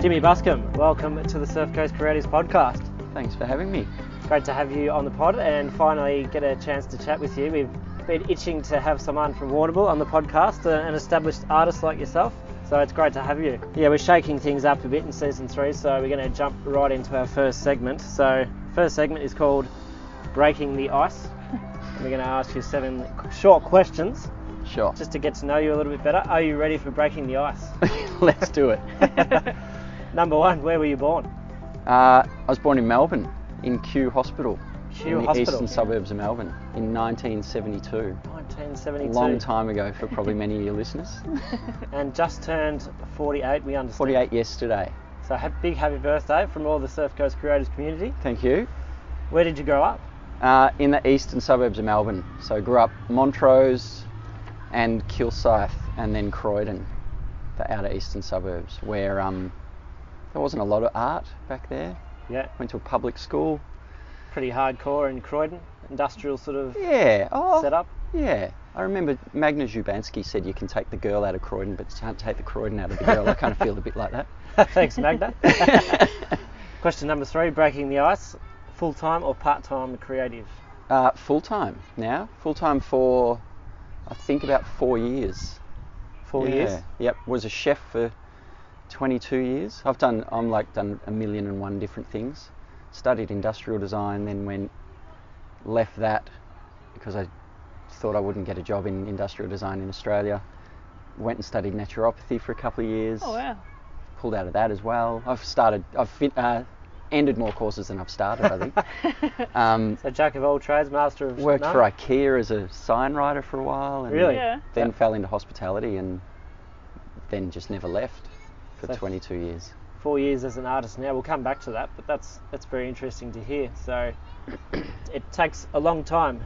Jimmy Buscombe, welcome to the Surf Coast Parades podcast. Thanks for having me. Great to have you on the pod and finally get a chance to chat with you. We've been itching to have someone from Warnable on the podcast, uh, an established artist like yourself. So it's great to have you. Yeah, we're shaking things up a bit in season three, so we're going to jump right into our first segment. So first segment is called Breaking the Ice. We're going to ask you seven short questions Sure. just to get to know you a little bit better. Are you ready for breaking the ice? Let's do it. Number one, where were you born? Uh, I was born in Melbourne, in Kew Hospital, Kew in the Hospital. eastern suburbs of Melbourne, in 1972. 1972. Long time ago for probably many of your listeners. And just turned 48, we understand. 48 yesterday. So ha- big happy birthday from all the Surf Coast creators community. Thank you. Where did you grow up? Uh, in the eastern suburbs of Melbourne, so grew up Montrose and Kilsyth, and then Croydon, the outer eastern suburbs, where um, there wasn't a lot of art back there. Yeah, Went to a public school. pretty hardcore in Croydon, industrial sort of Yeah. Oh. setup. Yeah, I remember Magna Zubanski said you can take the girl out of Croydon, but you can't take the Croydon out of the girl. I kind of feel a bit like that. Thanks, Magda. Question number three, breaking the ice, full-time or part-time creative? Uh, full time now, full time for I think about four years. Four Yeah. years? Yep, was a chef for 22 years. I've done, I'm like done a million and one different things. Studied industrial design, then went left that because I thought I wouldn't get a job in industrial design in Australia. Went and studied naturopathy for a couple of years. Oh wow. pulled out of that as well. I've started, I've fin- uh, ended more courses than I've started, I think. um, So jack of all trades, master of worked none? for IKEA as a sign writer for a while, and Really? Yeah. then fell into hospitality, and then just never left for So- 22 years. four years as an artist now. We'll come back to that, but that's that's very interesting to hear. So it takes a long time,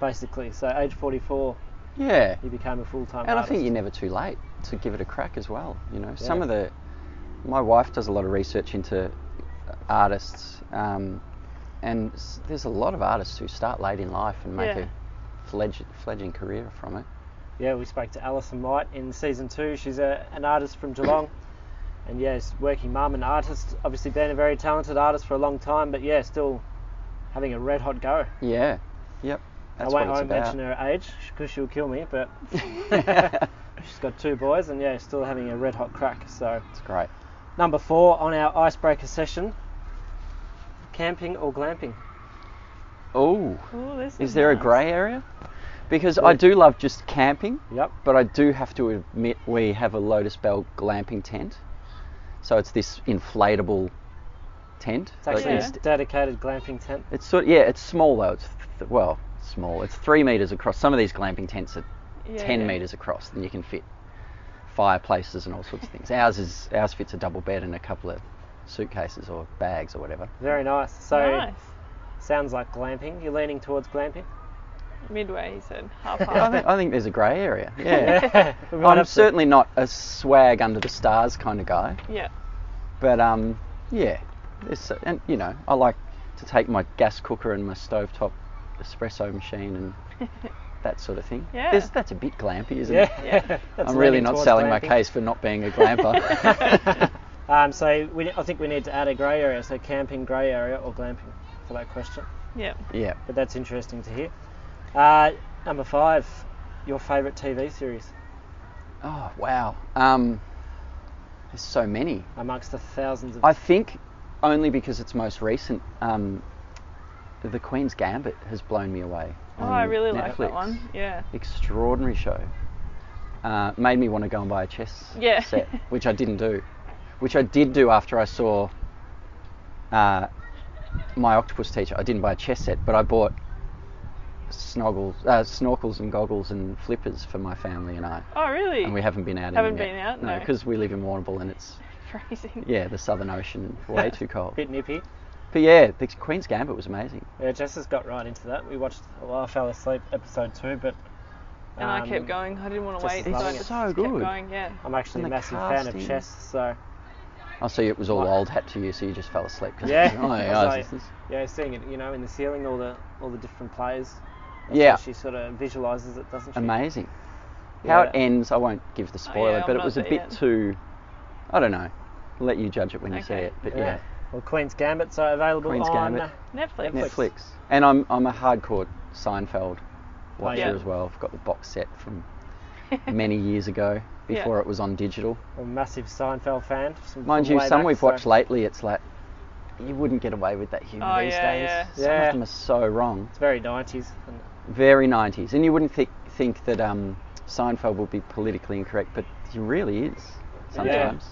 basically. So age 44, Yeah, you became a full-time and I artist. think you're never too late to give it a crack as well. You know, some Yeah. of the my wife does a lot of research into artists, um, and s- there's a lot of artists who start late in life and make Yeah. a fledg- fledging career from it. Yeah, we spoke to Alison White in season two. She's a, an artist from Geelong. And yes, working mum and artist, obviously been a very talented artist for a long time, but yeah, still having a red hot go. Yeah. Yep. I won't, That's what it's I won't about. mention her age because she'll kill me, but she's got two boys and yeah, still having a red hot crack. So, It's great. number four on our icebreaker session camping or glamping? Oh, Ooh, this is there a nice. grey area? Because I do love just camping, Yep. but I do have to admit we have a Lotus Bell glamping tent. So it's this inflatable tent. It's So actually it's, a dedicated glamping tent. it's sort yeah, it's small though. It's th- well, small. It's three meters across. Some of these glamping tents are Yeah, ten yeah. meters across, and you can fit fireplaces and all sorts of things. ours is ours fits a double bed and a couple of suitcases or bags or whatever. Very nice. So, nice. sounds like glamping. You're leaning towards glamping? Midway, he said. Half I half. think, I think there's a grey area. Yeah. We might I'm have to- certainly not a swag under the stars kind of guy, yeah. but um, yeah, it's, and you know, I like to take my gas cooker and my stovetop espresso machine and that sort of thing. Yeah. There's, that's a bit glampy, isn't Yeah. it? Yeah. That's I'm really leaning not towards selling my glamping. case for not being a glamper. Um, so we, I think we need to add a grey area, so camping, grey area, or glamping for that question. Yeah. yeah. But that's interesting to hear. Uh, number five, your favourite TV series Oh wow. Um, there's so many. amongst the thousands of. I think only because it's most recent. Um, the Queen's Gambit has blown me away. Oh, on I really like Netflix. that one. Yeah. Extraordinary show. Uh, made me want to go and buy a chess Yeah. set, which I didn't do. Which I did do after I saw uh, my octopus teacher. I didn't buy a chess set, but I bought snoggles, uh, snorkels and goggles and flippers for my family and I. Oh, really? And we haven't been out. Haven't any yet. been out, No, no. because we live in Warrnambool and it's Freezing. yeah, the Southern Ocean, way too cold. Bit nippy. But yeah, the Queen's Gambit was amazing. Yeah, Jess has got right into that. We watched. Well, I fell asleep episode two, but. And I kept um, going. I didn't want to just wait. as So I loving just it. So kept good. going. Yeah. I'm actually a And the massive fan of casting. chess, so I see it was all What? old hat to you, so you just fell asleep. 'cause Yeah. it was- oh, I yeah, was I was like- just- yeah, seeing it, you know, in the ceiling, all the all the different players. That's Yeah. how She sort of visualises it, doesn't she? amazing. How it Yeah. Oh, ends, I won't give the spoiler, I'm but it not was a there bit yet. too. I don't know. let you judge it when you see Okay. it. But Yeah. yeah, Well, Queen's Gambit's are available Queen's on. uh, Gambit. Netflix. Netflix. Netflix. And I'm I'm a hardcore Seinfeld watcher Oh, yeah. as well. I've got the box set from many years ago Yeah. before it was on digital. I'm a massive Seinfeld fan. Some, Mind from you, way some back, we've so- watched lately, it's like you wouldn't get away with that humor uh, Oh, these yeah, days. yeah. Some Yeah. of them are so wrong. It's very 90s. and- Very 90s. And you wouldn't think think that um, Seinfeld would be politically incorrect, but he really is sometimes.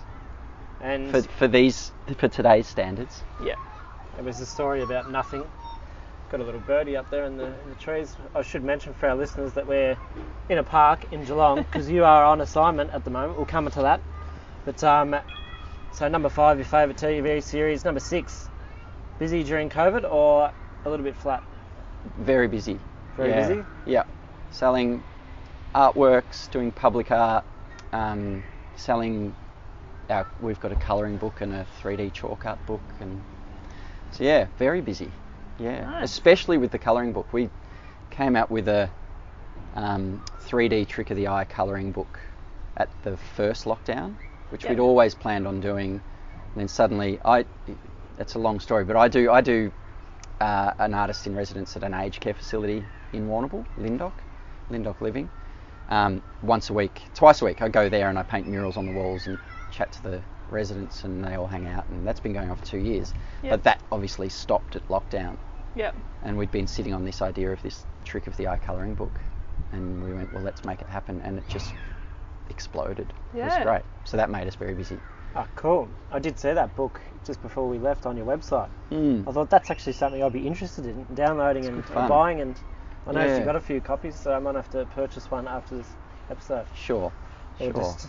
And For, for these for today's standards. Yeah. it was a story about nothing. Got a little birdie up there in the, in the trees. I should mention for our listeners that we're in a park in Geelong because you are on assignment at the moment. We'll come into that. But um, so number five, your favourite TV series. Number six, busy during COVID or a little bit flat. Very busy. Very Yeah. busy. Yeah. Selling artworks, doing public art, um, selling. Our, we've got a colouring book and a 3D chalk art book, and so yeah, very busy. Yeah, Nice. especially with the colouring book, we came out with a um, 3D trick of the eye colouring book at the first lockdown, which Yeah. we'd always planned on doing. And then suddenly, I it's a long story, but I do I do uh, an artist in residence at an aged care facility in Warrnambool, Lindock, Lindock Living. Um, once a week, twice a week, I go there and I paint murals on the walls and chat to the residents, and they all hang out, and that's been going on for two years. Yeah. But that obviously stopped at lockdown, Yeah. and we'd been sitting on this idea of this trick of the eye colouring book, and we went, well, let's make it happen, and it just exploded. It Yeah. was great. So that made us very busy. Oh, cool. I did see that book just before we left on your website. Mm. I thought that's actually something I'd be interested in downloading and, good and fun. buying. And I know Yeah. you've got a few copies, so I might have to purchase one after this episode. Sure. Or Sure. just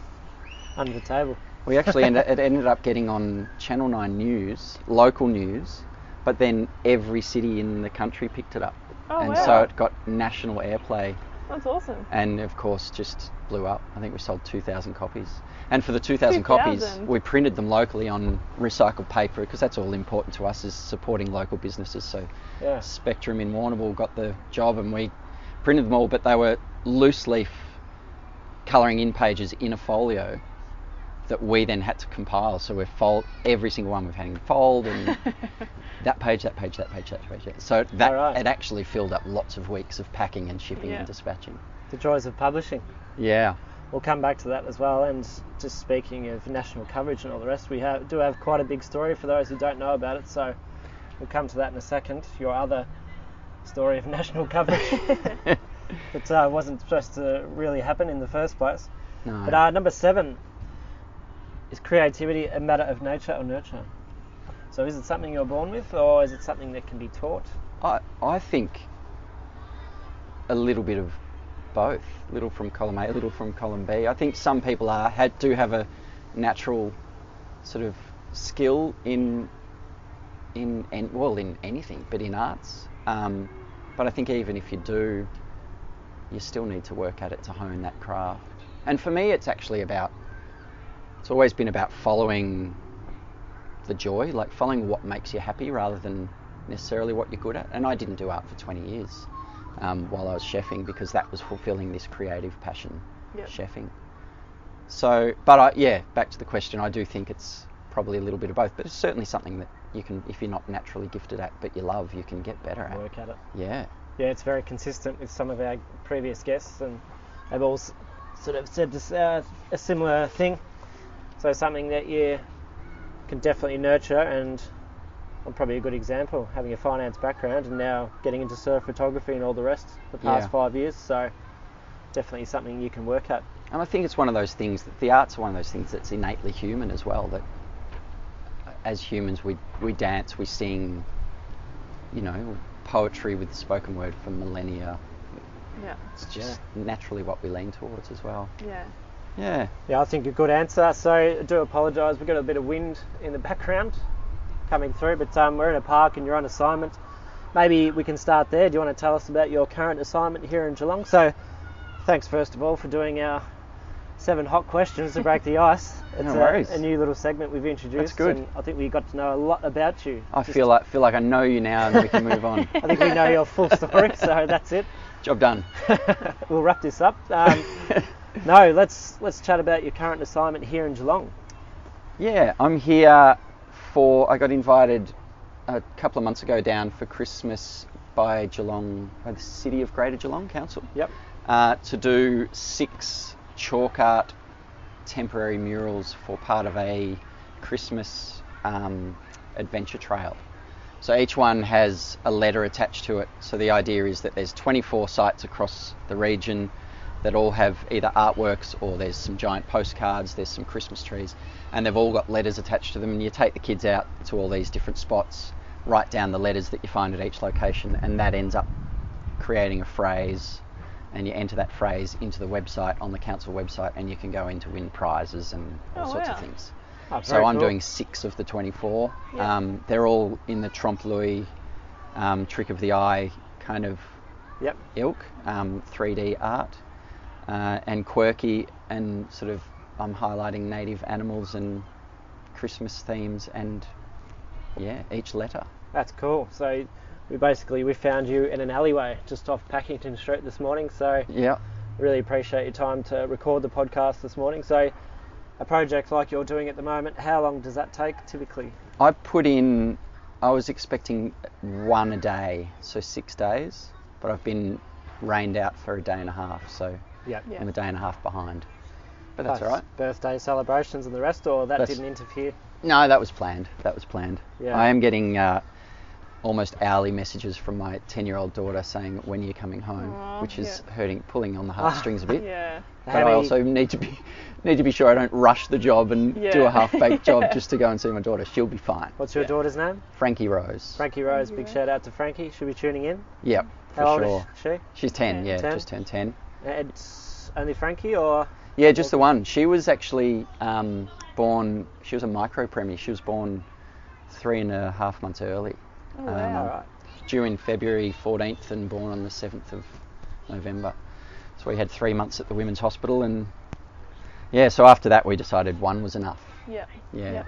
under the table. We actually ended, it ended up getting on Channel 9 News, local news, but then every city in the country picked it up. Oh, and wow. so it got national airplay That's awesome. and, of course, just blew up. I think we sold 2,000 copies. And for the 2,000 copies, 2,000? we printed them locally on recycled paper because that's all important to us is supporting local businesses. So Yeah. Spectrum in Warrnambool got the job and we printed them all, but they were loose leaf colouring in pages in a folio that we then had to compile. So we're fold every single one we've had to fold and that page, that page, that page, that page. that- So that Alright. it actually filled up lots of weeks of packing and shipping Yeah. and dispatching. The joys of publishing. Yeah. We'll come back to that as well. And just speaking of national coverage and all the rest, we have, do have quite a big story for those who don't know about it. So we'll come to that in a second. Your other story of national coverage that uh, wasn't supposed to really happen in the first place. No. But uh, number seven is creativity a matter of nature or nurture? So is it something you're born with, or is it something that can be taught? I, I think a little bit of both, a little from column A, a little from column B. I think some people are had, do have a natural sort of skill in in and well in anything, but in arts. Um, but I think even if you do, you still need to work at it to hone that craft. And for me, it's actually about it's always been about following the joy, like following what makes you happy rather than necessarily what you're good at. And I didn't do art for 20 years um, while I was chefing because that was fulfilling this creative passion, Yep. chefing. So, but I, yeah, back to the question, I do think it's probably a little bit of both, but it's certainly something that you can, if you're not naturally gifted at, but you love, you can get better at. Work at it. Yeah. Yeah, it's very consistent with some of our previous guests, and they've all s- sort of said this, uh, a similar thing. So something that you can definitely nurture, and I'm probably a good example, having a finance background and now getting into surf photography and all the rest the past Yeah. five years. So definitely something you can work at. And I think it's one of those things that the arts are one of those things that's innately human as well. That uh, as humans, we we dance, we sing, you know, poetry with spoken word for millennia. Yeah. It's just naturally what we lean towards as well. Yeah. Yeah. Yeah, I think a good answer. So I do apologise. We've got a bit of wind in the background coming through, but um, we're in a park and you're on assignment. Maybe we can start there. Do you want to tell us about your current assignment here in Geelong? So thanks, first of all, for doing our seven hot questions to break the ice. It's No a- worries. A, new little segment we've introduced. good. And I think we got to know a lot about you. I Just- feel like feel like I know you now, and we can move on. I think we know your full story, so that's it. Job done. We'll wrap this up. Um, no, let's let's chat about your current assignment here in Geelong. Yeah, I'm here for. I got invited a couple of months ago down for Christmas by Geelong, by the City of Greater Geelong Council, Yep. uh, to do six chalk art temporary murals for part of a Christmas um, adventure trail. So each one has a letter attached to it. So the idea is that there's 24 sites across the region that all have either artworks or there's some giant postcards, there's some Christmas trees, and they've all got letters attached to them. And you take the kids out to all these different spots, write down the letters that you find at each location, and that ends up creating a phrase. And you enter that phrase into the website on the council website, and you can go in to win prizes and all Oh, sorts wow. of things. Oh, So very I'm cool. doing six of the 24. Yeah. Um, they're all in the trompe l'oeil, um, trick of the eye kind of Yep. ilk, um, 3D art, uh, and quirky, and sort of I'm highlighting native animals and Christmas themes, and yeah, each letter. That's cool. So we basically we found you in an alleyway just off Packington Street this morning. So Yeah. really appreciate your time to record the podcast this morning. So a project like you're doing at the moment, how long does that take typically? I put in, I was expecting one a day, so six days, but I've been rained out for a day and a half, so Yep. Yeah. I'm a day and a half behind. But that's all Plus right. Birthday celebrations and the rest, or that That's- didn't interfere. No, that was planned. That was planned. Yeah. I am getting uh, almost hourly messages from my 10 year old daughter saying, When are you coming home? Aw, Which is yeah. hurting, pulling on the Ah. heartstrings a bit. Yeah. But How I many- also need to be. Need to be sure I don't rush the job and do Yeah. a half-baked job Yeah. just to go and see my daughter. She'll be fine. What's your Yeah. daughter's name? Frankie Rose. Frankie Rose. Big Rose. shout out to Frankie. She'll be tuning in. Yep, for How old sure. is she? She's 10, yeah, 10? just turned 10. It's only Frankie, or Yeah, just the one. She was actually um, born. She was a micro premie. She was born three and a half months early. Oh, Um, all wow. right. due in February 14th and born on the 7th of November. So we had three months at the Women's Hospital, and yeah, so after that we decided one was enough. Yeah. Yeah. Yep.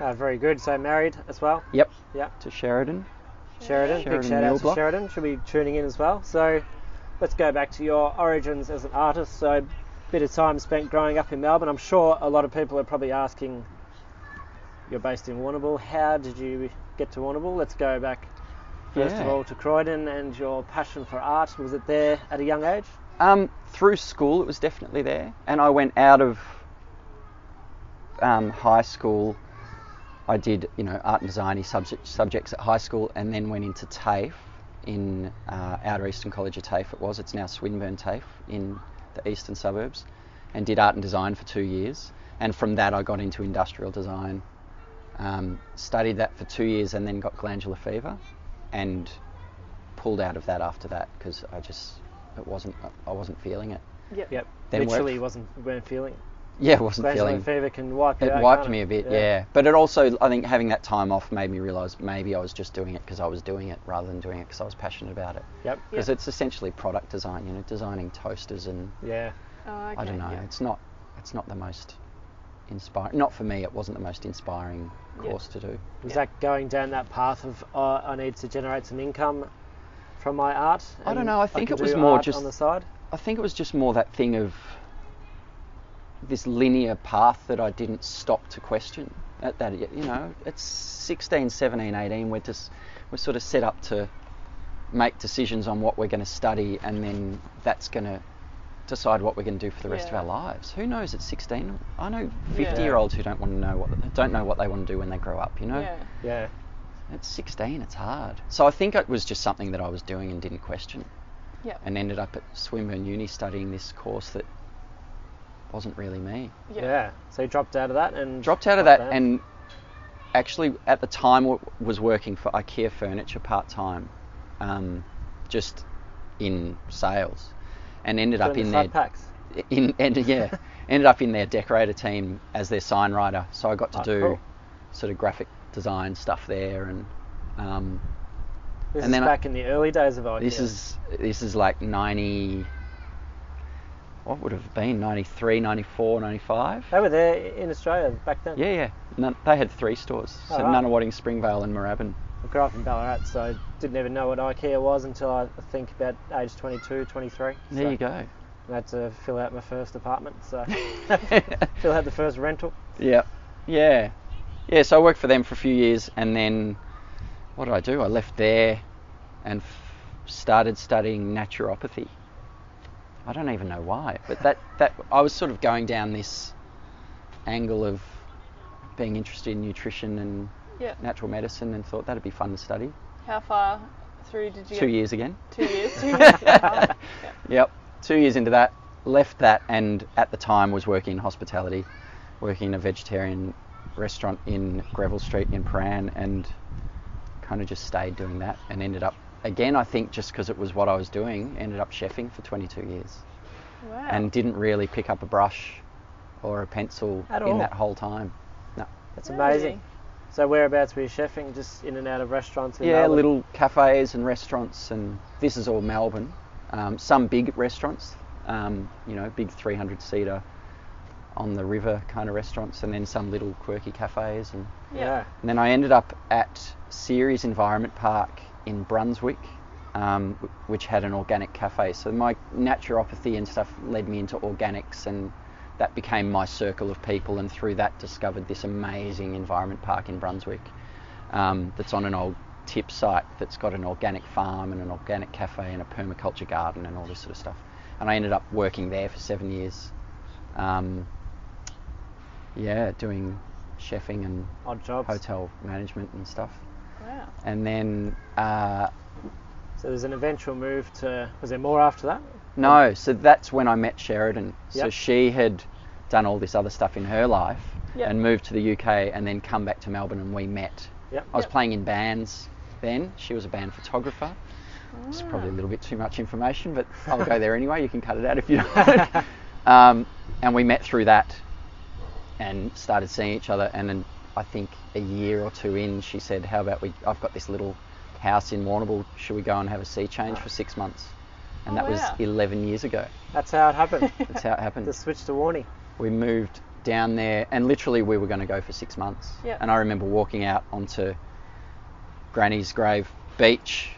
Oh, very good. So married as well. Yep. Yeah. To Sheridan. Sheridan. Big Sheridan shout out to Millblock. Sheridan. She'll be tuning in as well. So let's go back to your origins as an artist. So a bit of time spent growing up in Melbourne. I'm sure a lot of people are probably asking, you're based in Warrnambool. How did you get to Warrnambool? Let's go back first of Yeah. all to Croydon and your passion for art. Was it there at a young age? Um, through school, it was definitely there, and I went out of um, high school. I did, you know, art and designy subject, subjects at high school, and then went into TAFE in uh, Outer Eastern College of TAFE. It was. It's now Swinburne TAFE in the eastern suburbs, and did art and design for two years. And from that, I got into industrial design. Um, studied that for two years, and then got glandular fever, and pulled out of that after that because I just it wasn't I wasn't feeling it. Yep. Yep. Then Literally worked- wasn't weren't feeling. it. Yeah, it wasn't Glandular feeling. fever can wipe you It out, wiped can't me a bit, yeah. But it also, I think, having that time off made me realise maybe I was just doing it because I was doing it rather than doing it because I was passionate about it. Yep. Because Yeah. it's essentially product design, you know, designing toasters and Yeah. Oh, okay. I don't know. Yeah. It's not, it's not the most inspiring. Not for me. It wasn't the most inspiring Yeah. course to do. Was that going down that path of uh, I need to generate some income from my art? I don't and know, I think can it was do more art just- on the side. I think it was just more that thing of this linear path that I didn't stop to question at that you know it's 16 17 18 we're just we're sort of set up to make decisions on what we're going to study and then that's going to decide what we're going to do for the rest of Yeah. our lives who knows at 16 I know 50 Yeah. year olds who don't want to know what don't know what they want to do when they grow up you know Yeah. Yeah. at 16 it's hard so I think it was just something that I was doing and didn't question Yep. and ended up at Swinburne Uni studying this course that wasn't really me. Yeah. Yeah. So you dropped out of that and Dropped out of Like that and actually at the time w- was working for IKEA Furniture part time, um, just in sales, and ended up Doing in the flat their packs. in and yeah ended up in their decorator team as their sign writer. So I got to Oh, do cool. sort of graphic design stuff there and. Um, This and is then I- back in the early days of IKEA. this is this is like 90 what would have been 93 94 95 They were there in Australia back then. yeah yeah Nun they had three stores so Oh, right. Nunawading Springvale and Moorabbin I grew up in Ballarat, so I didn't even know what IKEA was until I think about age 22, 23. there so you go I had to fill out my first apartment, so fill out the first rental. yeah Yeah. Yeah, so I worked for them for a few years and then what did I do? I left there and f- started studying naturopathy. I don't even know why, but that, that I was sort of going down this angle of being interested in nutrition and Yeah. natural medicine and thought that'd be fun to study. How far through did you Two get? years again. Two years. Two years. yeah. Yep, two years into that, left that, and at the time was working in hospitality, working in a vegetarian restaurant in Greville Street in Paran, and kind of just stayed doing that, and ended up again. I think just because it was what I was doing, ended up chefing for 22 years, Wow. and didn't really pick up a brush or a pencil At in all. that whole time. That's Really? amazing. So whereabouts were you chefing? Just in and out of restaurants? In yeah, Melbourne? little cafes and restaurants, and this is all Melbourne. Um, some big restaurants, um, you know, big 300 seater on the river kind of restaurants, and then some little quirky cafes. And, Yeah. and then I ended up at Ceres Environment Park in Brunswick, um, wh- which had an organic cafe. So my naturopathy and stuff led me into organics, and that became my circle of people. And through that, discovered this amazing environment park in Brunswick um, that's on an old tip site that's got an organic farm and an organic cafe and a permaculture garden and all this sort of stuff. And I ended up working there for seven years. Um, yeah, doing chefing and Odd jobs. hotel management and stuff. Wow. And then uh, So there's an eventual move to. Was there more after that? no, so that's when I met Sheridan. So Yep. she had done all this other stuff in her life Yep. and moved to the UK and then come back to Melbourne and we met. Yep. I was Yep. playing in bands then. She was a band photographer. It's Ah. probably a little bit too much information, but I'll go there anyway. You can cut it out if you don't. um, and we met through that and started seeing each other. And then I think a year or two in, she said, "How about we? I've got this little house in Warrnambool. Should we go and have a sea change for six months?" And Oh, that was wow. 11 years ago. That's how it happened. That's how it happened. the switch to warning. We moved down there, and literally we were going to go for six months. Yep. And I remember walking out onto Granny's Grave Beach,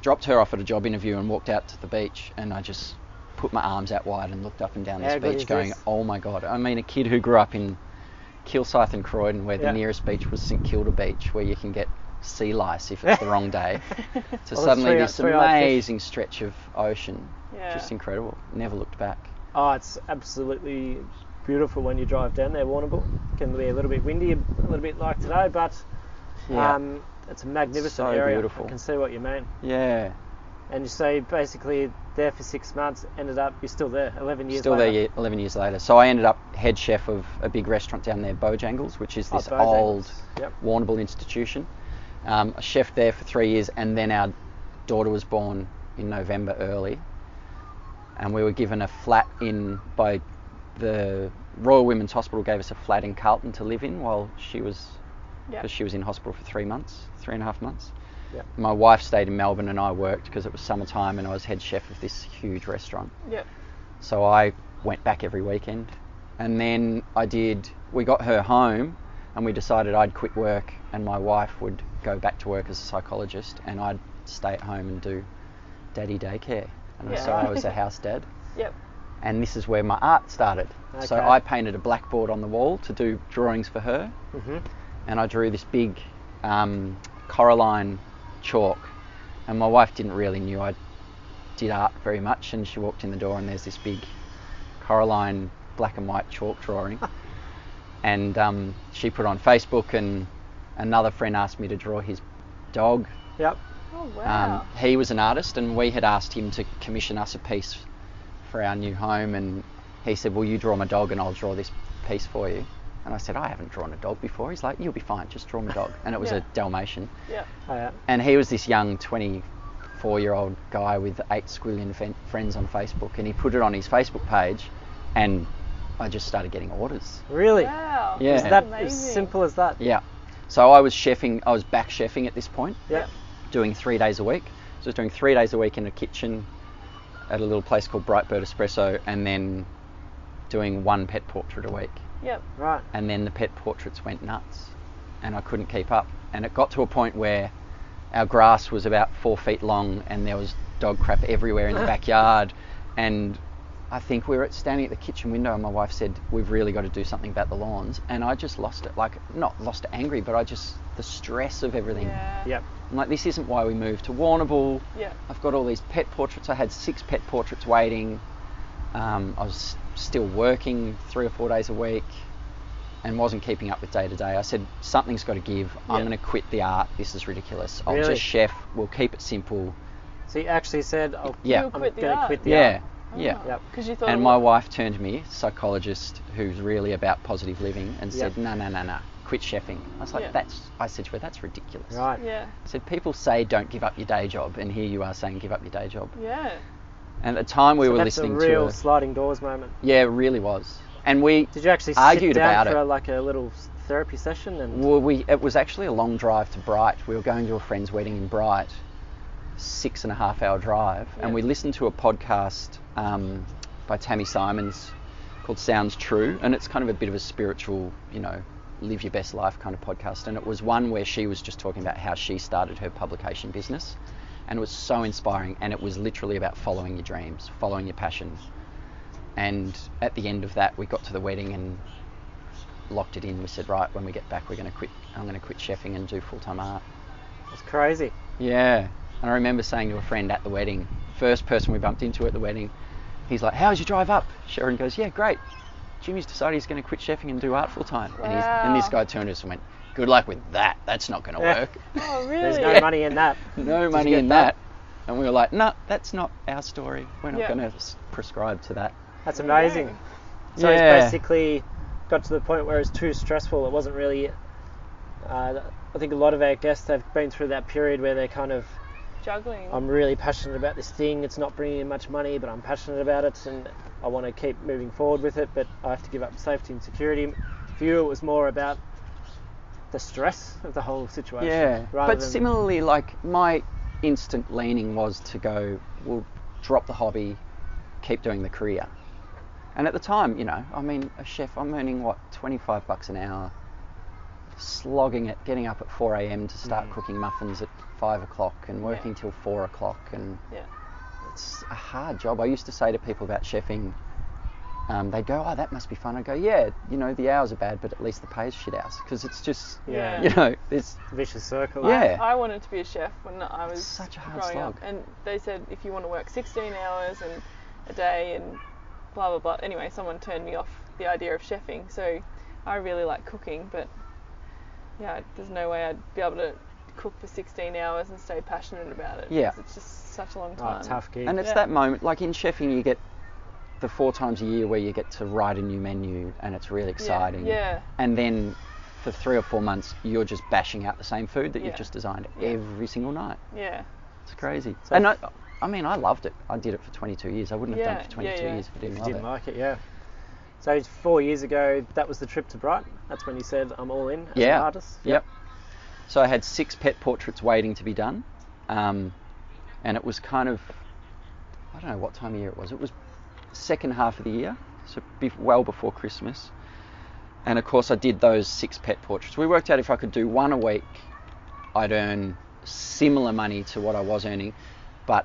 dropped her off at a job interview, and walked out to the beach. And I just put my arms out wide and looked up and down How this good is beach, going, this? "Oh my God!" I mean, a kid who grew up in Kilsyth and Croydon, where Yeah. the nearest beach was St Kilda Beach, where you can get sea lice if it's the wrong day, to Well, suddenly three- this three-eyed fish. amazing stretch of ocean, Yeah. just incredible. Never looked back. Oh, it's absolutely beautiful when you drive down there, Warrnambool. Can be a little bit windy, a little bit like today, but Yeah. um, it's a magnificent So area. beautiful. I can see what you mean. yeah. And so basically, there for six months, ended up you're still there, 11 years. Still later. there ye- 11 years later. So I ended up head chef of a big restaurant down there, Bojangles, which is Oh, this Bojangles. old Yep. Warrnambool institution. Um, I chef there for three years, and then our daughter was born in November early, and we were given a flat in by the Royal Women's Hospital gave us a flat in Carlton to live in while she was Yeah. because she was in hospital for three months, three and a half months. Yep. My wife stayed in Melbourne and I worked because it was summertime and I was head chef of this huge restaurant. Yep. So I went back every weekend. And then I did, we got her home and we decided I'd quit work and my wife would go back to work as a psychologist and I'd stay at home and do daddy daycare. And I- so Yeah. I was a house dad. Yep. And this is where my art started. So Okay. I painted a blackboard on the wall to do drawings for her hmm and I drew this big um, Coraline chalk. And my wife didn't really knew I did art very much, and she walked in the door, and there's this big Coraline black and white chalk drawing. and um, she put on Facebook, and another friend asked me to draw his dog. Yep. Oh wow. Um, he was an artist, and we had asked him to commission us a piece for our new home, and he said, "Well, you draw my dog, and I'll draw this piece for you." And I said, "I haven't drawn a dog before." He's like, "You'll be fine. Just draw my dog." And it was Yeah. a Dalmatian, yep. Oh, yeah. and he was this young 24-year-old guy with eight squillion fen- friends on Facebook, and he put it on his Facebook page, and I just started getting orders. Really? Wow. Yeah. Is That's that as amazing. simple as that? Yeah. So I was chefing. I was back chefing at this point. Yep. doing three days a week. So I was doing three days a week in a kitchen at a little place called Brightbird Espresso, and then doing one pet portrait a week. Yep. Right. And then the pet portraits went nuts, and I couldn't keep up. And it got to a point where our grass was about four feet long, and there was dog crap everywhere in the backyard, and I think we were at, standing at the kitchen window, and my wife said, "We've really got to do something about the lawns." And I just lost it, like not lost it angry, but I just the stress of everything. Yeah. Yep. I'm like, this isn't why we moved to Warrnambool. Yeah. I've got all these pet portraits. I had six pet portraits waiting. Um, I was still working three or four days a week and wasn't keeping up with day to day. I said, something's got to give. I'm Yeah. going to quit the art. This is ridiculous. I'll Really? just chef. We'll keep it simple. So you actually said, oh, I'll, Yeah. You I'm quit the going to art. quit the Yeah. art. Oh. Yeah. Yep. Because you thought. And it my was- wife turned to me, psychologist who's really about positive living, and said, no, no, no, no, quit chefing. I was like, Yeah. that's, I said to her, that's ridiculous. Right. Yeah. I said, people say don't give up your day job, and here you are saying give up your day job. Yeah. And at the time we So were that's listening a real to a, sliding doors moment. yeah, it really was. And we Did you actually sit Argued down about for it. like a little s- therapy session and well, we it was actually a long drive to Bright. We were going to a friend's wedding in Bright, six and a half hour drive, Yeah. and we listened to a podcast um, by Tammy Simons called Sounds True, and it's kind of a bit of a spiritual, you know, live your best life kind of podcast. And it was one where she was just talking about how she started her publication business, and it was so inspiring. And it was literally about following your dreams, following your passion. And at the end of that, we got to the wedding and locked it in. We said, right, when we get back, we're going to quit. I'm going to quit chefing and do full-time art. it's crazy. Yeah. And I remember saying to a friend at the wedding, first person we bumped into at the wedding, he's like, "How was your drive up?" Sharon goes, "Yeah, great. Jimmy's decided he's going to quit chefing and do art full-time." And, he's, and this Wow. guy turned to us and went, "Good luck with that. That's not going to Yeah. work. Oh, really? There's no Yeah. money in that. no Did you money get in that? that." And we were like, "No, that's not our story. We're not Yeah. going to prescribe to that." That's There you amazing. go. So Yeah. it's basically got to the point where it's too stressful. It wasn't really. Uh, I think a lot of our guests have been through that period where they're kind of, Juggling. I'm really passionate about this thing. It's not bringing in much money, but I'm passionate about it, and I want to keep moving forward with it. But I have to give up safety and security. For you, it was more about the stress of the whole situation. Yeah. Rather But than, similarly, like my instant leaning was to go, well, drop the hobby, keep doing the career. And at the time, you know, I mean, a chef, I'm earning what, 25 bucks an hour, slogging it, getting up at 4 a.m. to start Mm. cooking muffins at 5 o'clock and Yeah. working till 4 o'clock. And Yeah. it's a hard job. I used to say to people about chefing, um, they go, oh, that must be fun. I go, yeah, you know, the hours are bad, but at least the pay's shit house. Because it's just, Yeah. you know, it's vicious circle. Yeah. I wanted to be a chef when I was such a hard growing up, slog. and they said if you want to work 16 hours and a day and blah blah blah. Anyway, someone turned me off the idea of chefing, so I really like cooking, but yeah, there's no way I'd be able to cook for 16 hours and stay passionate about it. Yeah. 'cause It's just such a long Oh, time. tough gig. And it's Yeah. that moment, like in chefing, you get the four times a year where you get to write a new menu and it's really exciting. Yeah. And then for three or four months, you're just bashing out the same food that Yeah. you've just designed Yeah. every single night. Yeah. It's crazy. So- and I, I mean, I loved it. I did it for 22 years. I wouldn't have done it for Yeah, yeah, 22 yeah. years if I didn't If you love didn't it. like it, yeah. So it's four years ago, that was the trip to Brighton. That's when you said, "I'm all in as Yeah. an artist." Yep. So I had six pet portraits waiting to be done, um, and it was kind of I don't know what time of year it was. It was second half of the year, so be, well before Christmas. And of course, I did those six pet portraits. We worked out if I could do one a week, I'd earn similar money to what I was earning, but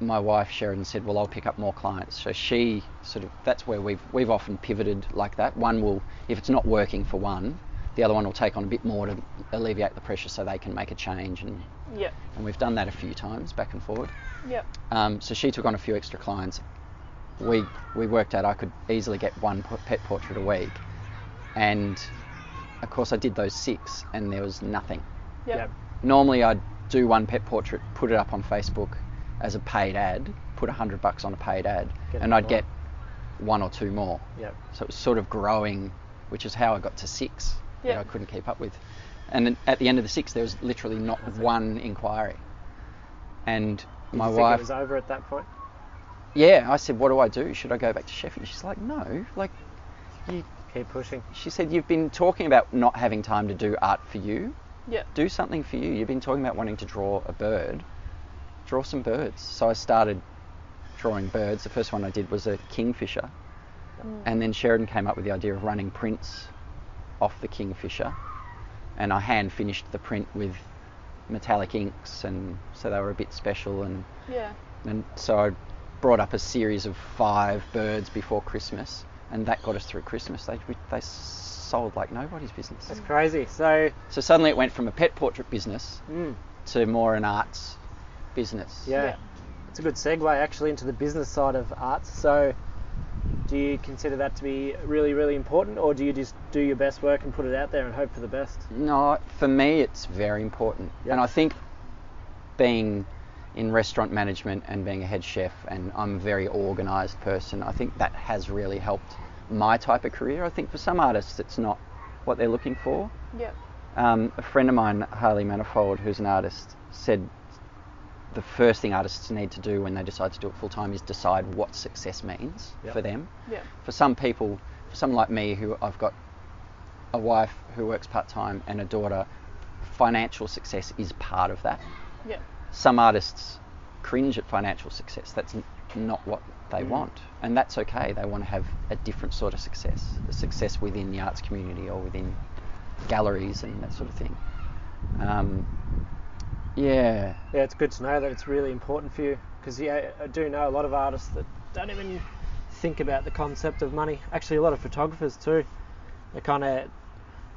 my wife Sheridan said, "Well, I'll pick up more clients." So she sort of that's where we've we've often pivoted like that. One will, if it's not working for one, the other one will take on a bit more to alleviate the pressure, so they can make a change. And Yep. and we've done that a few times back and forward. Yep. Um, so she took on a few extra clients. We we worked out I could easily get one po- pet portrait a week, and of course I did those six, and there was nothing Yep. Yep. normally I'd do one pet portrait, put it up on Facebook as a paid ad, put a hundred bucks on a paid ad, Get and more. I'd get one or two more. Yep. So it was sort of growing, which is how I got to six Yeah. that I couldn't keep up with. And then at the end of the six, there was literally not Nothing. one inquiry. And Did my you wife, Think it was over at that point. yeah, I said, what do I do? Should I go back to chefing? She's like, no, like Keep pushing. she said, you've been talking about not having time to do art for you. Yep. do something for you. You've been talking about wanting to draw a bird. Draw some birds. So I started drawing birds. The first one I did was a kingfisher. Mm. And then Sheridan came up with the idea of running prints off the kingfisher. And I hand finished the print with metallic inks and so they were a bit special and Yeah. and so I brought up a series of five birds before Christmas, and that got us through Christmas. They we, they sold like nobody's business. That's crazy. So, So suddenly it went from a pet portrait business mm, to more an arts business. yeah, it's a good segue actually into the business side of arts. So, do you consider that to be really, really important, or do you just do your best work and put it out there and hope for the best? No, for me it's very important, Yeah. and I think being in restaurant management and being a head chef, and I'm a very organised person. I think that has really helped my type of career. I think for some artists it's not what they're looking for. Yep. Um, a friend of mine, Harley Manifold, who's an artist, said the first thing artists need to do when they decide to do it full time is decide what success means Yep. for them. Yep. For some people, for some like me, who I've got a wife who works part time and a daughter, financial success is part of that. Yep. Some artists cringe at financial success. That's n- not what they Mm. want, and that's okay. They want to have a different sort of success, a success within the arts community or within galleries and that sort of thing. Um, yeah, Yeah, it's good to know that it's really important for you because yeah, I do know a lot of artists that don't even think about the concept of money. Actually, a lot of photographers too. They kind of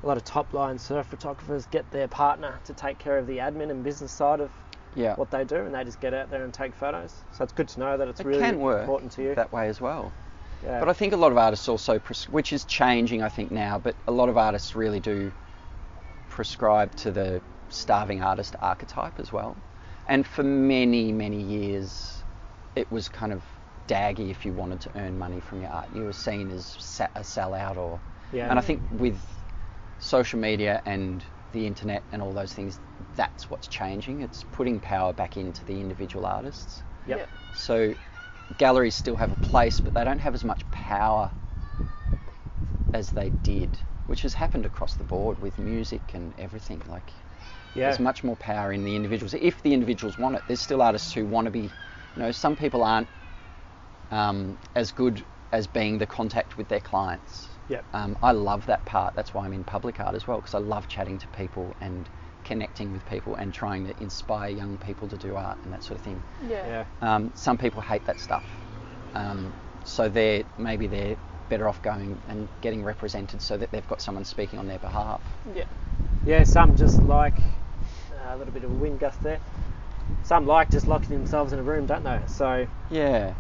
a lot of top line surf photographers get their partner to take care of the admin and business side of yeah. what they do, and they just get out there and take photos. So it's good to know that it's it really can work important to you. that way as well. yeah. But I think a lot of artists also, pres- which is changing, I think now. But a lot of artists really do prescribe to the starving artist archetype as well. And for many, many years, it was kind of daggy if you wanted to earn money from your art. You were seen as sa- a sellout, or yeah. and I think with social media and the internet and all those things, that's what's changing. It's putting power back into the individual artists. Yep. Yep. So galleries still have a place, but they don't have as much power as they did, which has happened across the board with music and everything. Like yeah. there's much more power in the individuals if the individuals want it. There's still artists who want to be, you know, some people aren't um, as good as being the contact with their clients. Yep. Um, I love that part. That's why I'm in public art as well, because I love chatting to people and connecting with people and trying to inspire young people to do art and that sort of thing. Yeah. yeah. Um, some people hate that stuff, um, so they're maybe they're better off going and getting represented so that they've got someone speaking on their behalf. Yep. Yeah, some just like uh, a little bit of a wind gust there. Some like just locking themselves in a room, don't they? So Yeah,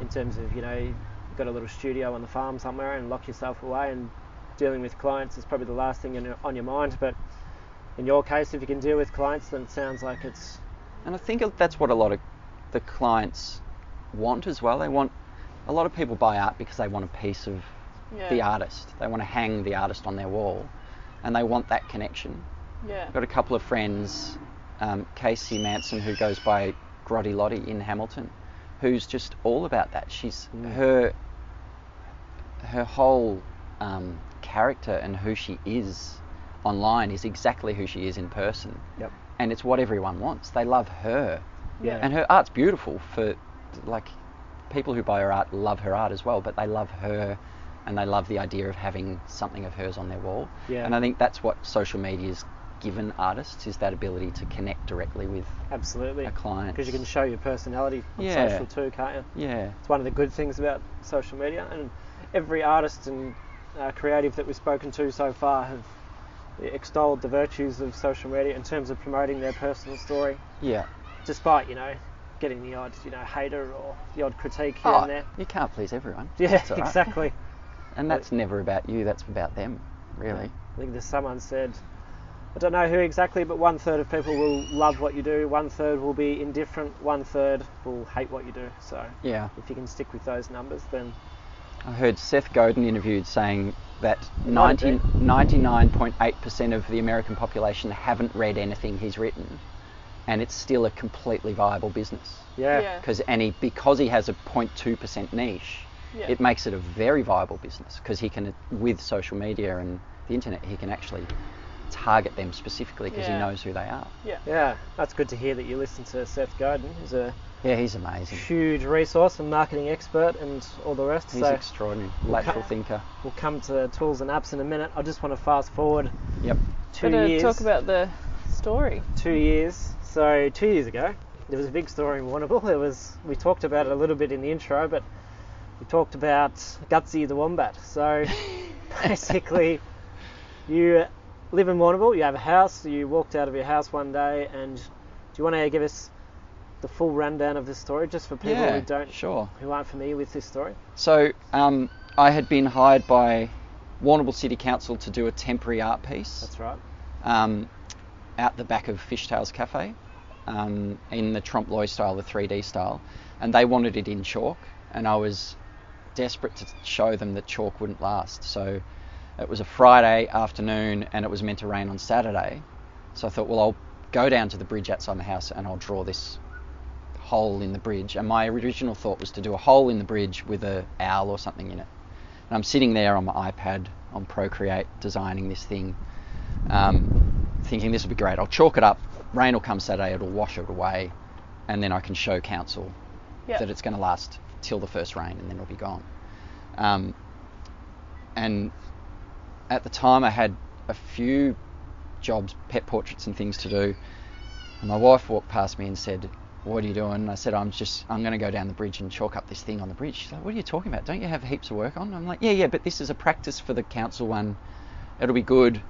in terms of you know you've got a little studio on the farm somewhere and lock yourself away and dealing with clients is probably the last thing in, on your mind but in your case if you can deal with clients then it sounds like it's and I think that's what a lot of the clients want as well. They want a lot of people buy art because they want a piece of Yeah. the artist. They want to hang the artist on their wall, and they want that connection. Yeah. I've got a couple of friends, um, Casey Manson, who goes by Grotty Lottie in Hamilton, who's just all about that. She's Mm. her her whole um, character and who she is online is exactly who she is in person, yep and it's what everyone wants. They love her, yeah and her art's beautiful. For like people who buy her art love her art as well, but they love her. And they love the idea of having something of hers on their wall. yeah And I think that's what social media's given artists is that ability to connect directly with absolutely a client. because you can show your personality on Yeah. social too can't you yeah, it's one of the good things about social media and every artist and uh, creative that we've spoken to so far have extolled the virtues of social media in terms of promoting their personal story yeah. despite you know getting the odd you know hater or the odd critique here Oh, and there. you can't please everyone. Yeah, That's all right. exactly. And that's never about you. That's about them, really. I think there's someone said, I don't know who exactly, but one third of people will love what you do, one third will be indifferent, one third will hate what you do. So Yeah. if you can stick with those numbers, then I heard Seth Godin interviewed saying that It might 90, 99.8% of the American population haven't read anything he's written, and it's still a completely viable business. yeah, Yeah. Because and he because he has a 0.2% niche, Yeah. it makes it a very viable business because he can, with social media and the internet, he can actually target them specifically because he Yeah. knows who they are. Yeah. yeah. That's good to hear that you listen to Seth Godin. He's a Yeah, he's amazing. huge resource and marketing expert and all the rest. He's so extraordinary. Lateral Yeah. thinker. we'll come to tools and apps in a minute. I just want to fast forward Yep. two Better years. talk about the story. two years. So two years ago, there was a big story in Warrnambool. There was we talked about it a little bit in the intro, but we talked about Gutsy the wombat. So basically, you live in Warrnambool. You have a house. You walked out of your house one day, and do you want to give us the full rundown of this story, just for people yeah, who don't, sure. who aren't familiar with this story? So um, I had been hired by Warrnambool City Council to do a temporary art piece. That's right. um, out the back of Fishtails Cafe um, in the Trompe l'oeil style, the 3D style, and they wanted it in chalk, and I was desperate to show them that chalk wouldn't last. So it was a Friday afternoon, and it was meant to rain on Saturday. So I thought, well, I'll go down to the bridge outside the house and I'll draw this hole in the bridge. And my original thought was to do a hole in the bridge with a owl or something in it. And I'm sitting there on my iPad on Procreate designing this thing um, thinking this will be great. I'll chalk it up. Rain will come Saturday. It'll wash it away, and then I can show council Yeah. that it's going to last till the first rain, and then it'll be gone. Um, and at the time, I had a few jobs, pet portraits, and things to do. And my wife walked past me and said, "What are you doing?" And I said, "I'm just I'm going to go down the bridge and chalk up this thing on the bridge." She's like, "What are you talking about? Don't you have heaps of work on?" I'm like, "Yeah, yeah, but this is a practice for the council one. It'll be good.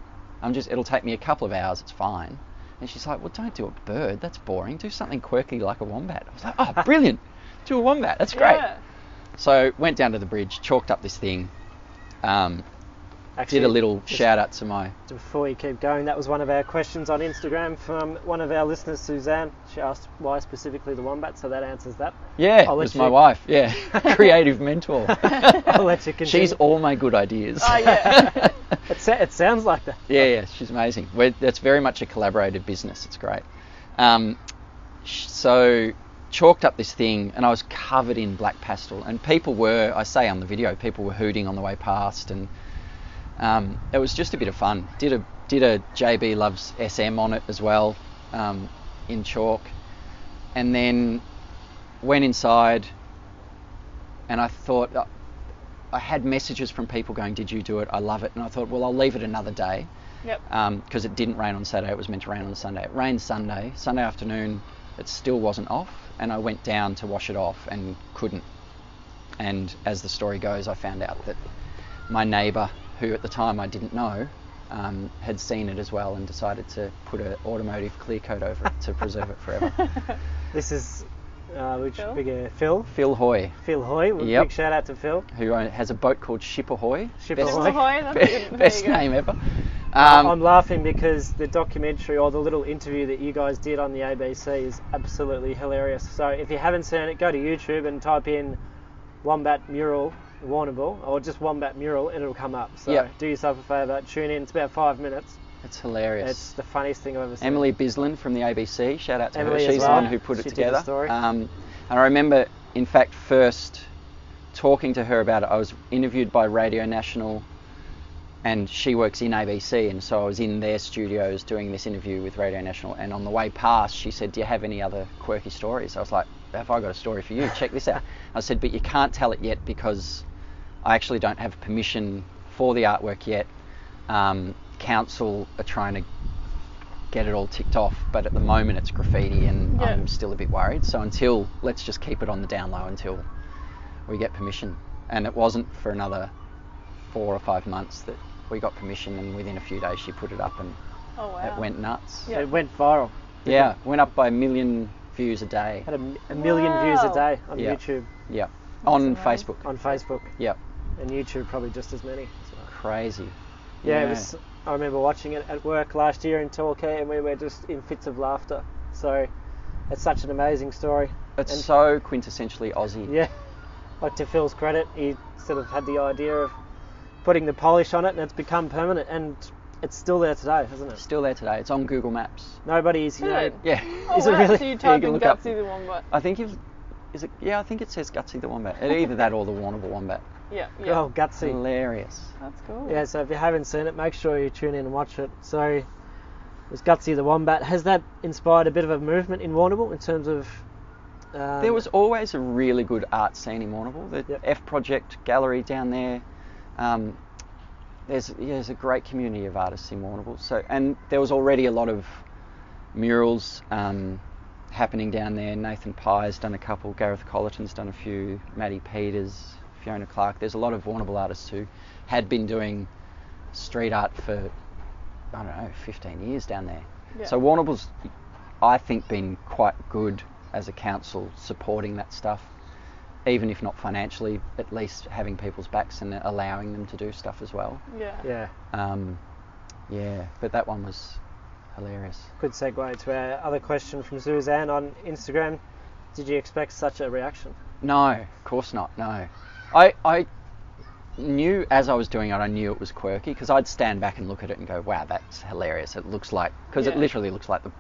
I'm just it'll take me a couple of hours. It's fine." And she's like, "Well, don't do a bird. That's boring. Do something quirky like a wombat." I was like, "Oh, brilliant! Do a wombat. That's great." Yeah. So went down to the bridge, chalked up this thing. Um, Actually, did a little just- shout out to my Before you keep going, that was one of our questions on Instagram from one of our listeners, Suzanne. She asked why specifically the wombat, so that answers that. yeah, it I'll let was my you- wife. Yeah, creative mentor. I'll let you continue. She's all my good ideas. Oh yeah. It, sa- it sounds like that. Yeah, yeah, she's amazing. We're, that's very much a collaborative business. It's great. Um, sh- so chalked up this thing, and I was covered in black pastel, and people were, I say on the video, people were hooting on the way past, and um, it was just a bit of fun. Did a did a JB loves SM on it as well, um, in chalk, and then went inside, and I thought. uh, I had messages from people going, "Did you do it? I love it." And I thought, "Well, I'll leave it another day." yep. because Um, it didn't rain on Saturday. It was meant to rain on Sunday. It rained Sunday. Sunday afternoon, it still wasn't off, and I went down to wash it off and couldn't. And as the story goes, I found out that my neighbour, who at the time I didn't know, um, had seen it as well and decided to put an automotive clear coat over it to preserve it forever. This is uh, which Phil? bigger Phil, Phil Hoy, Phil Hoy. w- Yep. Big shout out to Phil. who own- has a boat called Ship Ahoy, Ship best, Ahoy. Ahoy, that's a good- there best you go. name ever. I'm Um, laughing because the documentary or the little interview that you guys did on the ABC is absolutely hilarious. So if you haven't seen it, go to YouTube and type in wombat mural Warrnambool or just wombat mural and it'll come up. So Yep. do yourself a favour, tune in. It's about five minutes. it's hilarious. It's the funniest thing I've ever seen. Emily Bislin from the ABC. Shout out to Emily her. as She's well. the one who put it She did the together. story. Um, and I remember, in fact, first talking to her about it. I was interviewed by Radio National, and she works in ABC, and so I was in their studios doing this interview with Radio National. And on the way past, she said, "Do you have any other quirky stories?" I was like, "Have I got a story for you? Check this out." I said, "But you can't tell it yet because I actually don't have permission for the artwork yet." Um, council are trying to get it all ticked off, but at the moment it's graffiti and Yeah. I'm still a bit worried. So until let's just keep it on the down low until we get permission. And it wasn't for another four or five months that we got permission and within a few days she put it up and Oh wow. it went nuts. Yeah. It went viral. Yeah, went up by a million views a day. Had a, m- a million views a Wow. day on Yeah. YouTube, Yeah. On amazing. Facebook. on Facebook, Yeah. and YouTube probably just as many. So- Crazy. Yeah, it was. I remember watching it at work last year in Torquay, and we were just in fits of laughter. So it's such an amazing story. It's and- so quintessentially Aussie. Yeah, but to Phil's credit, he sort of had the idea of putting the polish on it, and it's become permanent, and it's still there today, isn't it? Still there today. It's on Google Maps. Nobody's, you know, Good. Yeah. Oh, Is it wow, really? So Yeah, you you type can in look up- Gutsy the Wombat. I think if is it yeah, I think it says Gutsy the Wombat. It- Either that or the Warnable Wombat. Yeah. Yeah. oh, gutsy. Hilarious. That's cool. Yeah, so if you haven't seen it, make sure you tune in and watch it. So it was Gutsy the Wombat. Has that inspired a bit of a movement in Warrnambool in terms of. Um, There was always a really good art scene in Warrnambool. The Yep. F Project Gallery down there. Um, there's yeah, there's a great community of artists in Warrnambool. So and there was already a lot of murals um, happening down there. Nathan Pye's done a couple, Gareth Collerton's done a few, Maddie Peters, Fiona Clark. There's a lot of Warnable artists who had been doing street art for, I don't know, 15 years down there. Yeah. So Warnable's, I think, been quite good as a council supporting that stuff, even if not financially, at least having people's backs and allowing them to do stuff as well. Yeah. Yeah. Um, yeah, but that one was hilarious. Good segue to our other question from Suzanne on Instagram. Did you expect such a reaction? No, of course not. No, I I knew as I was doing it, I knew it was quirky because I'd stand back and look at it and go, "Wow, that's hilarious." It looks like because it Yeah. literally looks like the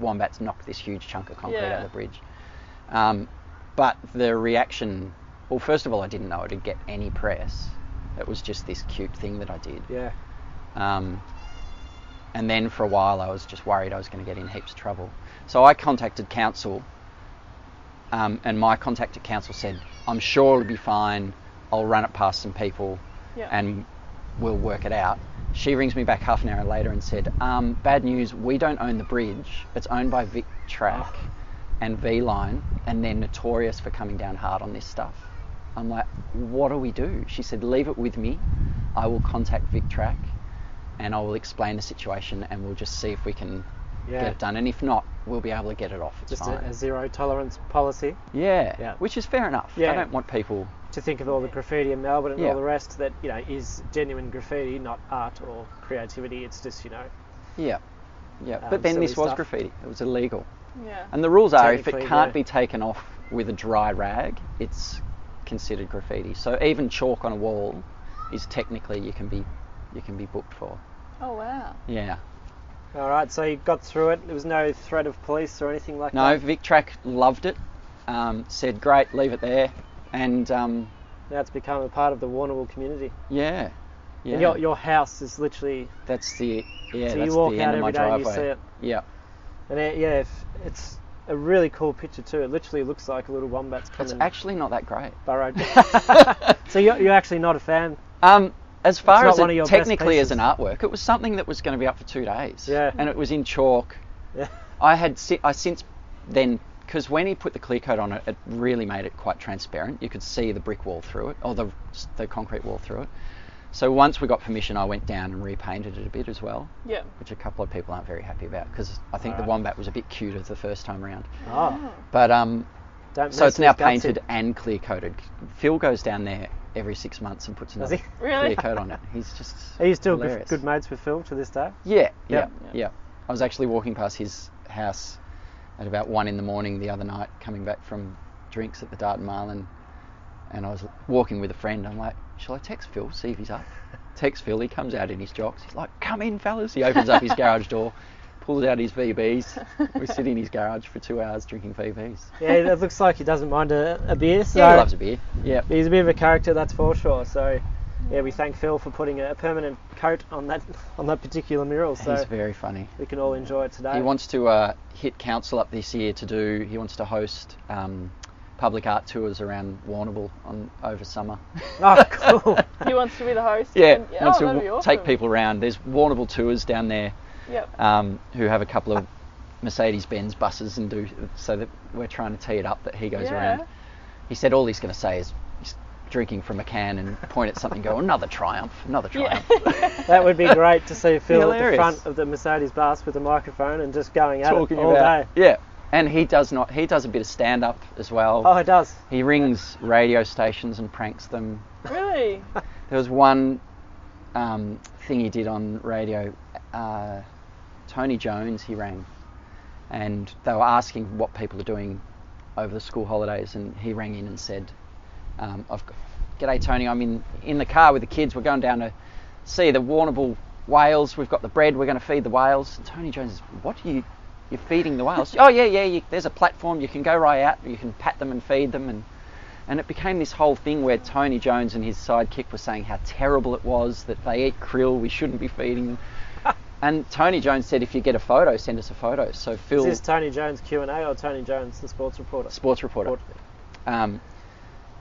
wombats knocked this huge chunk of concrete out Yeah. of the bridge. Um, but the reaction, well, first of all, I didn't know it'd get any press. It was just this cute thing that I did. Yeah. Um, and then for a while, I was just worried I was going to get in heaps of trouble. So I contacted council, um, and my contact at council said, "I'm sure it'll be fine. I'll run it past some people, Yeah. and we'll work it out." She rings me back half an hour later and said, um, "Bad news. We don't own the bridge. It's owned by Vic Track and V Line, and they're notorious for coming down hard on this stuff." I'm like, "What do we do?" She said, "Leave it with me. I will contact Vic Track." and I will explain the situation and we'll just see if we can Yeah. get it done. And if not, we'll be able to get it off. It's Just a, fine. a zero tolerance policy. yeah. Yeah. which is fair enough. Yeah. I don't want people. To think of all the graffiti in Melbourne and Yeah. all the rest that you know is genuine graffiti, not art or creativity. It's just you know. Yeah, yeah. Um, but then silly this was stuff. graffiti. It was illegal. Yeah. And the rules are if it Technically, can't yeah. be taken off with a dry rag, it's considered graffiti. So even chalk on a wall is technically you can be you can be booked for. Oh wow. Yeah. All right, so you got through it. There was no threat of police or anything like No, that. Vic Track loved it. Um, said great, leave it there. And um, Now it's become a part of the Warrnambool community. yeah. Yeah. And your, your house is literally. That's the yeah. so that's you walk the out end of my every day and you driveway. see it. Yeah, And it, yeah, if, it's a really cool picture too. It literally looks like a little wombat's it's coming actually not that great. burrowed. so you're, you're actually not a fan. Um, as far not as one of it your best technically as an pieces. artwork, it was something that was going to be up for two days. Yeah. and it was in chalk. Yeah. I had si- I since then because when he put the clear coat on it, it really made it quite transparent. You could see the brick wall through it, or the the concrete wall through it. So once we got permission, I went down and repainted it a bit as well, Yeah. which a couple of people aren't very happy about because I think Alright. the wombat was a bit cuter the first time around. Oh, But um, don't So mess it's now his guts in. painted and clear coated. Phil goes down there every six months and puts Does another he? Really? clear coat on it. He's just. Are you still good, hilarious. good mates with Phil to this day? Yeah, yeah, Yep. yeah, I was actually walking past his house at about one in the morning the other night, coming back from drinks at the Dart Marlin, and I was walking with a friend. I'm like, shall I text Phil see if he's up? Text Phil. He comes out in his jocks. He's like, come in, fellas. He opens up his garage door, pulls out his VBs. We sit in his garage for two hours drinking VBs. Yeah, it looks like he doesn't mind a, a beer. So Yeah, he loves a beer. Yeah. He's a bit of a character, that's for sure. So, yeah, we thank Phil for putting a, a permanent coat on that on that particular mural. He's So very funny. we can all enjoy it today. He wants to uh, hit council up this year to do. He wants to host um, public art tours around Warrnambool on over summer. Oh, cool. He wants to be the host. Yeah, And, wants oh, to that'd be w- awesome. take people around. There's Warrnambool tours down there Yep. um, who have a couple of Mercedes-Benz buses and do so that we're trying to tee it up that he goes yeah. around. He said all he's going to say is he's drinking from a can and point at something, and go another triumph, another Yeah. triumph. that would be great to see Phil at Hilarious. the front of the Mercedes bus with a microphone and just going at Talking it all about day. yeah, and he does not. He does a bit of stand-up as well. Oh, it does. He rings radio stations and pranks them. really? There was one um, thing he did on radio. Uh, Tony Jones, he rang, and they were asking what people are doing over the school holidays, and he rang in and said, um, "I've got, g'day Tony, I'm in in the car with the kids. We're going down to see the Warrnambool whales. We've got the bread. We're going to feed the whales." And Tony Jones, is, "What are you?" You're feeding the whales. oh yeah, yeah. You, there's a platform. You can go right out. You can pat them and feed them, and and it became this whole thing where Tony Jones and his sidekick were saying how terrible it was that they eat krill, we shouldn't be feeding them. and Tony Jones said, if you get a photo, send us a photo. So Phil, Is this Tony Jones Q&A or Tony Jones, the sports reporter? sports reporter, um,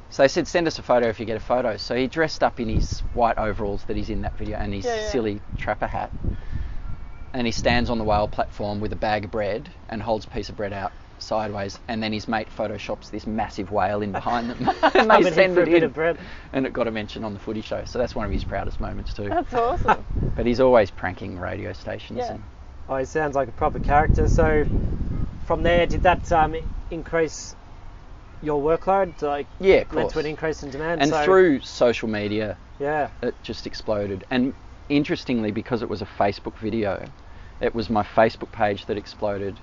so they said, send us a photo if you get a photo. So he dressed up in his white overalls that he's in that video and his Yeah, yeah. silly trapper hat. And he stands on the whale platform with a bag of bread and holds a piece of bread out sideways, and then his mate photoshops this massive whale in behind them, Come and and they hit send for a it bit in, of bread. and it got a mention on the Footy Show. So that's one of his proudest moments too. That's awesome. But he's always pranking radio stations. Yeah. And Oh, he sounds like a proper character. So, from there, did that um, increase your workload? Like, yeah, of led course. to an increase in demand? and so, through social media, Yeah. it just exploded. And interestingly, because it was a Facebook video, it was my Facebook page that exploded,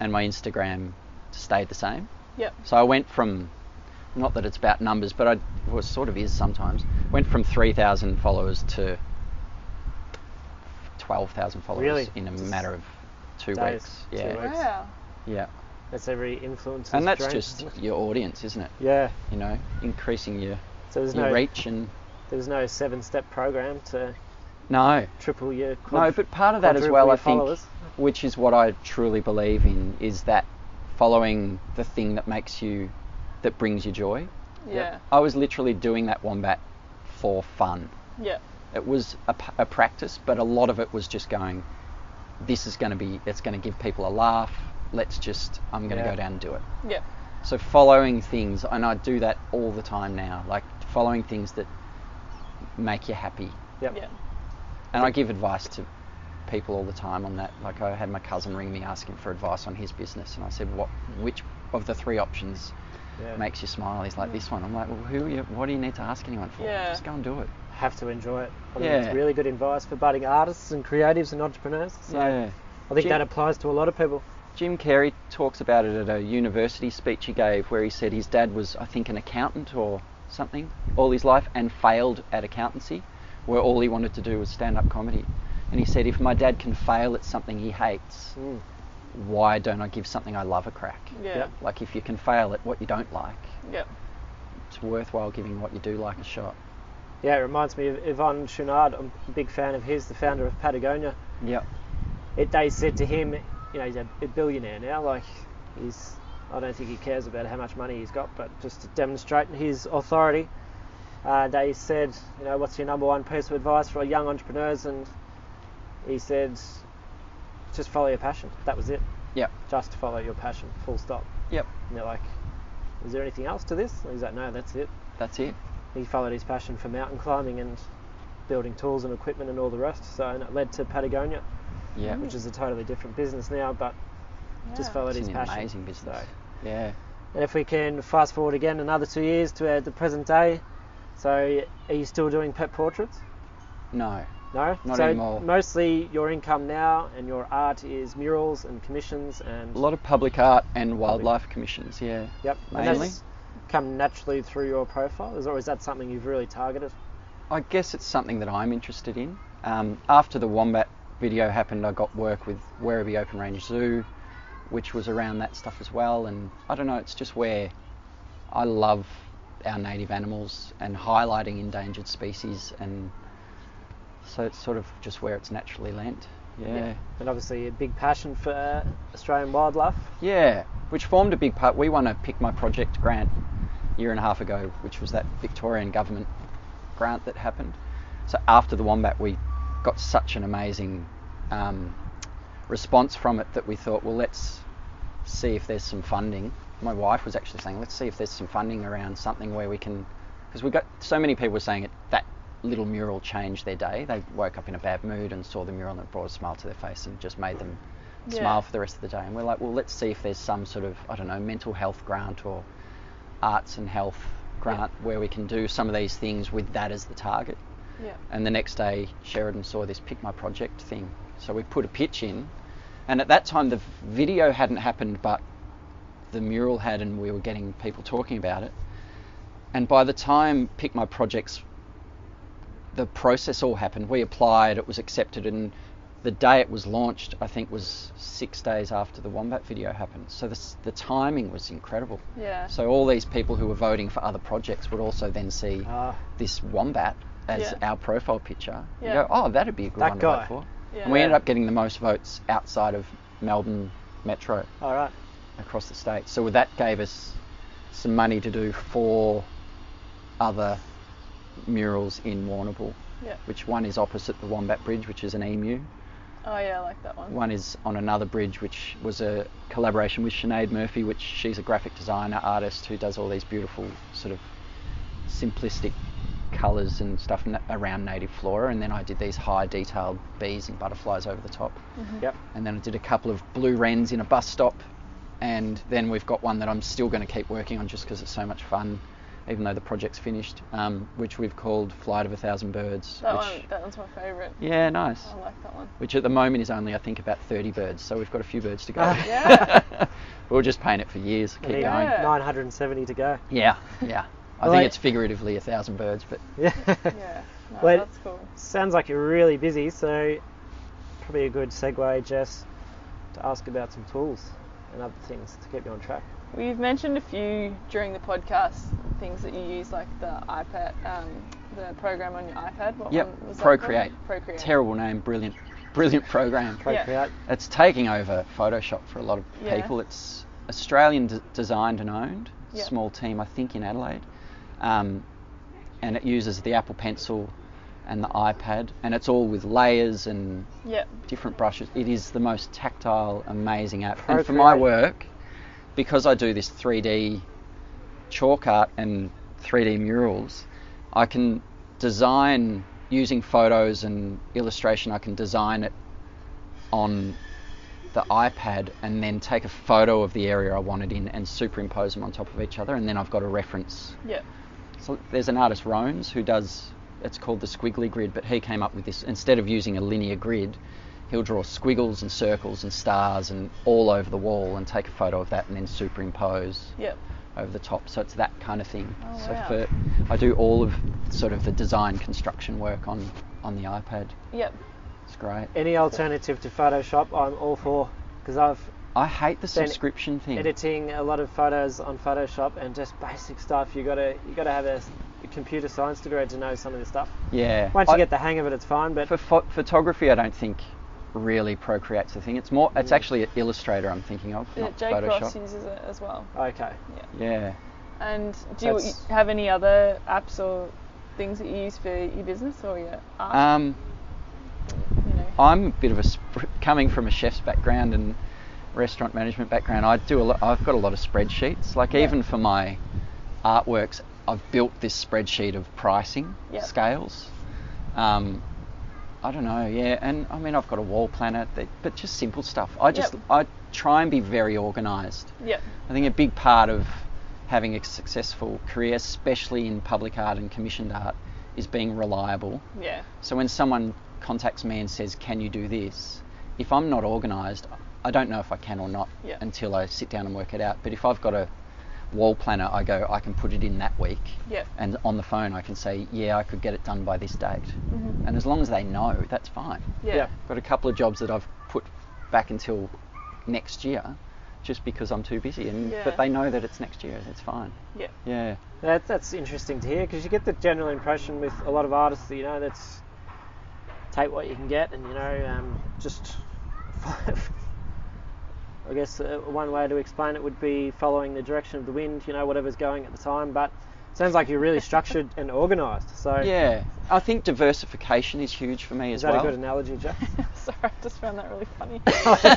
and my Instagram stayed the same. Yep. So I went from, not that it's about numbers, but I well, it sort of is sometimes. Went from three thousand followers to twelve thousand followers Really? in a Just matter of two days, weeks. two Yeah, weeks. Works. Wow. yeah. That's every influencer's And that's dream, just isn't it? your audience, isn't it? Yeah. You know, increasing your So there's your no reach and there was no seven-step program to no, triple your. no. quad- But part of that as quadruple well, your I think. followers. which is what I truly believe in, is that following the thing that makes you, that brings you joy. Yeah. I was literally doing that wombat for fun. Yeah. It was a, p- a practice, but a lot of it was just going, this is going to be, it's going to give people a laugh. Let's just, I'm going to Yeah. go down and do it. Yeah. So following things, and I do that all the time now, like following things that make you happy. Yep. Yeah. And I give advice to people all the time on that. Like I had my cousin ring me asking for advice on his business, and I said, "What? Which of the three options Yeah. makes you smile?" He's like, "This one." I'm like, "Well, who? Are you, what do you need to ask anyone for? Yeah. Just go and do it." have to enjoy it. I mean, Yeah. it's really good advice for budding artists and creatives and entrepreneurs. So yeah. I think Jim- that applies to a lot of people. Jim Carrey talks about it at a university speech he gave, where he said his dad was, I think, an accountant or something all his life, and failed at accountancy, where all he wanted to do was stand-up comedy. And he said, "If my dad can fail at something he hates, Mm. why don't I give something I love a crack? Yeah. Like if you can fail at what you don't like, Yeah. it's worthwhile giving what you do like a shot. Yeah, it reminds me of Yvon Chouinard. I'm a big fan of his, the founder of Patagonia. Yep. It, they said to him, you know, he's a, a billionaire now. Like, he's, I don't think he cares about how much money he's got, but just to demonstrate his authority, uh, they said, you know, what's your number one piece of advice for young entrepreneurs? And he said, just follow your passion. That was it. Yep. Just follow your passion, full stop. Yep. And they're like, is there anything else to this? And he's like, no, that's it. That's it. He followed his passion for mountain climbing and building tools and equipment and all the rest. So and it led to Patagonia, Yeah. which is a totally different business now, but just Yeah. followed It's his an passion. amazing business. So- Yeah. And if we can fast forward again another two years to uh, the present day, so are you still doing pet portraits? No. No. Not so anymore. Mostly your income now and your art is murals and commissions and A lot of public art and wildlife commissions. Yeah. yep. And Mainly. that's come naturally through your profile. Is or is that something you've really targeted? I guess it's something that I'm interested in. Um, after the wombat video happened, I got work with Werribee Open Range Zoo, which was around that stuff as well. And I don't know, it's just where I love our native animals and highlighting endangered species, and so it's sort of just where it's naturally lent. Yeah. yeah. And obviously a big passion for uh, Australian wildlife. Yeah, which formed a big part. We won a Pick My Project grant a year and a half ago, which was that Victorian government grant that happened. So after the Wombat, we got such an amazing um, response from it that we thought, well, let's see if there's some funding. My wife was actually saying, let's see if there's some funding around something where we can, because we got so many people were saying it, that little mural changed their day. They woke up in a bad mood and saw the mural and it brought a smile to their face and just made them Yeah. smile for the rest of the day. And we're like, well, let's see if there's some sort of, I don't know, mental health grant or arts and health grant where we can do some of these things with that as the target. Yeah. And the next day, Sheridan saw this Pick My Project thing. So we put a pitch in. And at that time, the video hadn't happened, but the mural had, and we were getting people talking about it. And by the time Pick My Projects, the process all happened. We applied, it was accepted, and the day it was launched, I think, was six days after the Wombat video happened. So this, the timing was incredible. Yeah. So all these people who were voting for other projects would also then see Ah. this wombat as Yeah. our profile picture. Yeah. You go, oh, that'd be a good That one to guy. vote for. Yeah. And we ended up getting the most votes outside of Melbourne Metro All right. across the state. So that gave us some money to do four other murals in Warrnambool, Yeah. which one is opposite the Wombat Bridge, which is an emu, Oh yeah, I like that one. One is on another bridge, which was a collaboration with Sinead Murphy, which she's a graphic designer artist who does all these beautiful sort of simplistic colours and stuff n- around native flora. And then I did these high detailed bees and butterflies over the top. Mm. Mm-hmm. Yep. And then I did a couple of blue wrens in a bus stop. And then we've got one that I'm still going to keep working on just because it's so much fun, even though the project's finished, um, which we've called Flight of a Thousand Birds. That which, one, that one's my favourite. Yeah, nice I like that one. which at the moment is only I think about 30 birds. So we've got a few birds to go. Yeah. we'll just paint it for years, keep Need going. Yeah. 970 to go. Yeah, yeah. I Well, think I- it's figuratively a thousand birds, but Yeah. Yeah. No, Wait. that's cool. Sounds like you're really busy, so probably a good segue, Jess, to ask about some tools and other things to keep you on track. We've mentioned a few during the podcast things that you use, like the iPad, um, the program on your iPad. What Yep, one was that called? Procreate. Procreate. terrible name, brilliant, brilliant program. Procreate. It's taking over Photoshop for a lot of Yeah. people. It's Australian d- designed and owned, Yep. small team I think in Adelaide, um, and it uses the Apple Pencil and the iPad, and it's all with layers and Yep. different brushes. It is the most tactile, amazing app. And for my Procreate. work, because I do this 3D chalk art and 3D murals, I can design using photos and illustration. I can design it on the iPad and then take a photo of the area I want it in and superimpose them on top of each other, and then I've got a reference Yep. so there's an artist Romes who does it's called the squiggly grid, but he came up with this instead of using a linear grid, he'll draw squiggles and circles and stars and all over the wall and take a photo of that and then superimpose Yep. over the top. So it's that kind of thing. Oh, so wow. for I do all of sort of the design construction work on on the iPad. Yep. It's great. Any alternative to Photoshop, I'm all for, because I've I hate the Then subscription thing. editing a lot of photos on Photoshop and just basic stuff. You gotta you gotta have a, s- a computer science degree to know some of this stuff. yeah. Once you I- get the hang of it, it's fine. But for pho- photography, I don't think really procreates the thing. It's more. It's Mm. actually Illustrator I'm thinking of, Yeah, not Uh, Jake Photoshop. Ross uses it as well. okay, Yeah. And do you That's- have any other apps or things that you use for your business or your art? Um, you know. I'm a bit of a sp- coming from a chef's background and restaurant management background. I do a lot. I've got a lot of spreadsheets. Like Yeah. even for my artworks, I've built this spreadsheet of pricing Yep. scales. Um, I don't know. Yeah, and I mean I've got a wall planner, that, but just simple stuff. I just Yep. I try and be very organised. Yep. I think a big part of having a successful career, especially in public art and commissioned art, is being reliable. Yeah. So when someone contacts me and says, "Can you do this?" If I'm not organised, I don't know if I can or not Yeah. until I sit down and work it out. But if I've got a wall planner, I go, "I can put it in that week," Yep. and on the phone I can say, "Yeah, I could get it done by this date." Mhm. And as long as they know, that's fine. Yeah. yeah. I've got a couple of jobs that I've put back until next year, just because I'm too busy. And Yeah. but they know that it's next year. That's fine. Yep. Yeah. That, that's interesting to hear because you get the general impression with a lot of artists that you know that's take what you can get and you know um, just. I guess uh, one way to explain it would be following the direction of the wind, you know, whatever's going at the time. But it sounds like you're really structured and organised. So Yeah. I think diversification is huge for me is as that well. a good analogy, Jeff? Sorry, I just found that really funny. Follow,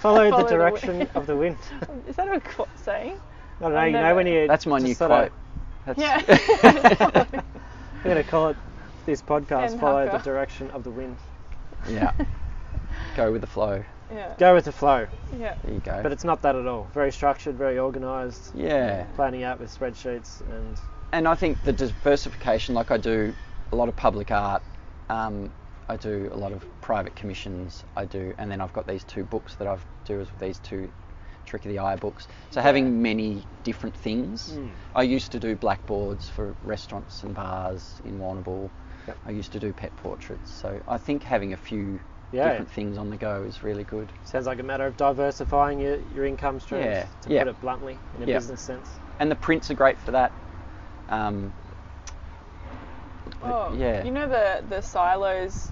Follow the the direction wind. of the wind. Is that a quote saying? I don't know. I've You know never- when you That's my just new sorta- quote. That's, Yeah. We're gonna call it this podcast. Ken follow the Harper. direction of the wind. yeah. Go with the flow. yeah. Go with the flow. Yeah. There you go. But it's not that at all. Very structured, very organised. yeah. Planning out with spreadsheets and And I think the diversification, like I do a lot of public art, um, I do a lot of private commissions, I do, and then I've got these two books that I've do as these two trick of the eye books. So having many different things. Mm. I used to do blackboards for restaurants and bars in Warrnambool. Yep. I used to do pet portraits. So I think having a few yeah, different things on the go is really good. sounds like a matter of diversifying your, your income streams Yeah, to yeah. put it bluntly in a Yeah. business sense. And the prints are great for that. Um, Oh, yeah. You know the the silos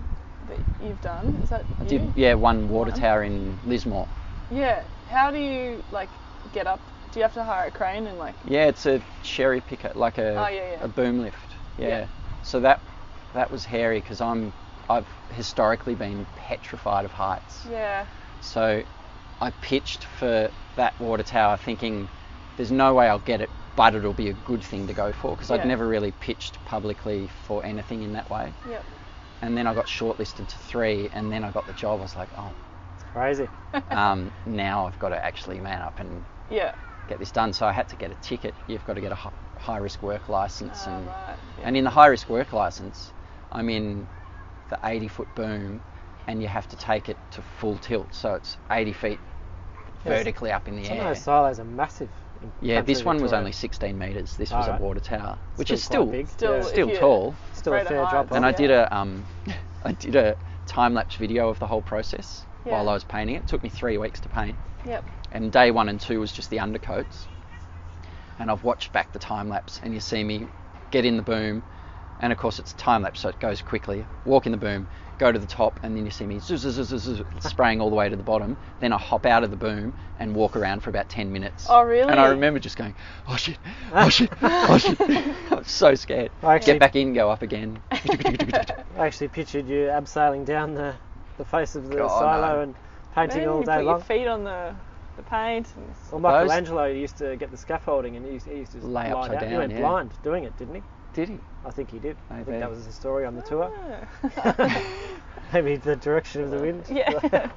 that you've done. Is that I you? did, yeah, one water One. tower in Lismore. Yeah. How do you like get up? Do you have to hire a crane and like? Yeah, it's a cherry picker, like a Oh, yeah, yeah. a boom lift. Yeah. Yeah. So that that was hairy because I'm I've historically been petrified of heights. Yeah. So I pitched for that water tower thinking there's no way I'll get it, but it'll be a good thing to go for because Yeah. I'd never really pitched publicly for anything in that way. Yep. And then I got shortlisted to three, and then I got the job. I was like, oh, It's crazy. um, now I've got to actually man up and Yeah. get this done. So I had to get a ticket. You've got to get a hi- high risk work license, Ah, and right. Yeah. and in the high risk work license, I'm in the 80 foot boom, and you have to take it to full tilt. So it's 80 feet Yes. vertically up in the Some air. of those silos are massive. in Yeah, this country one was Victoria. only 16 meters. This was Alright. a water tower, which is quite still big. Still, Yeah. if still you- tall. Still a afraid of fair drop heights, off. And I yeah. did a um, I did a time lapse video of the whole process while Yeah. I was painting it. It took me three weeks to paint, Yep. and day one and two was just the undercoats. And I've watched back the time lapse, and you see me get in the boom, and of course it's time lapse, so it goes quickly. Walk in the boom, go to the top, and then you see me zzz, zzz, zzz, zzz, zzz, spraying all the way to the bottom. Then I hop out of the boom and walk around for about 10 minutes. Oh, really? And I remember just going, oh shit, oh shit, oh shit. I was so scared. I actually- Get back in, go up again. I actually pictured you abseiling down the, the face of the Oh, silo no. and painting Man, all you day put long. your feet on the, the paint. And it's- Well, Those- Michelangelo used to get the scaffolding and he used, he used to just Lay lie upside down. He down, went yeah. blind doing it, didn't he? Did he? I think he did. I think Maybe. that was his story on the tour. Ah. Maybe the direction of the wind. yeah.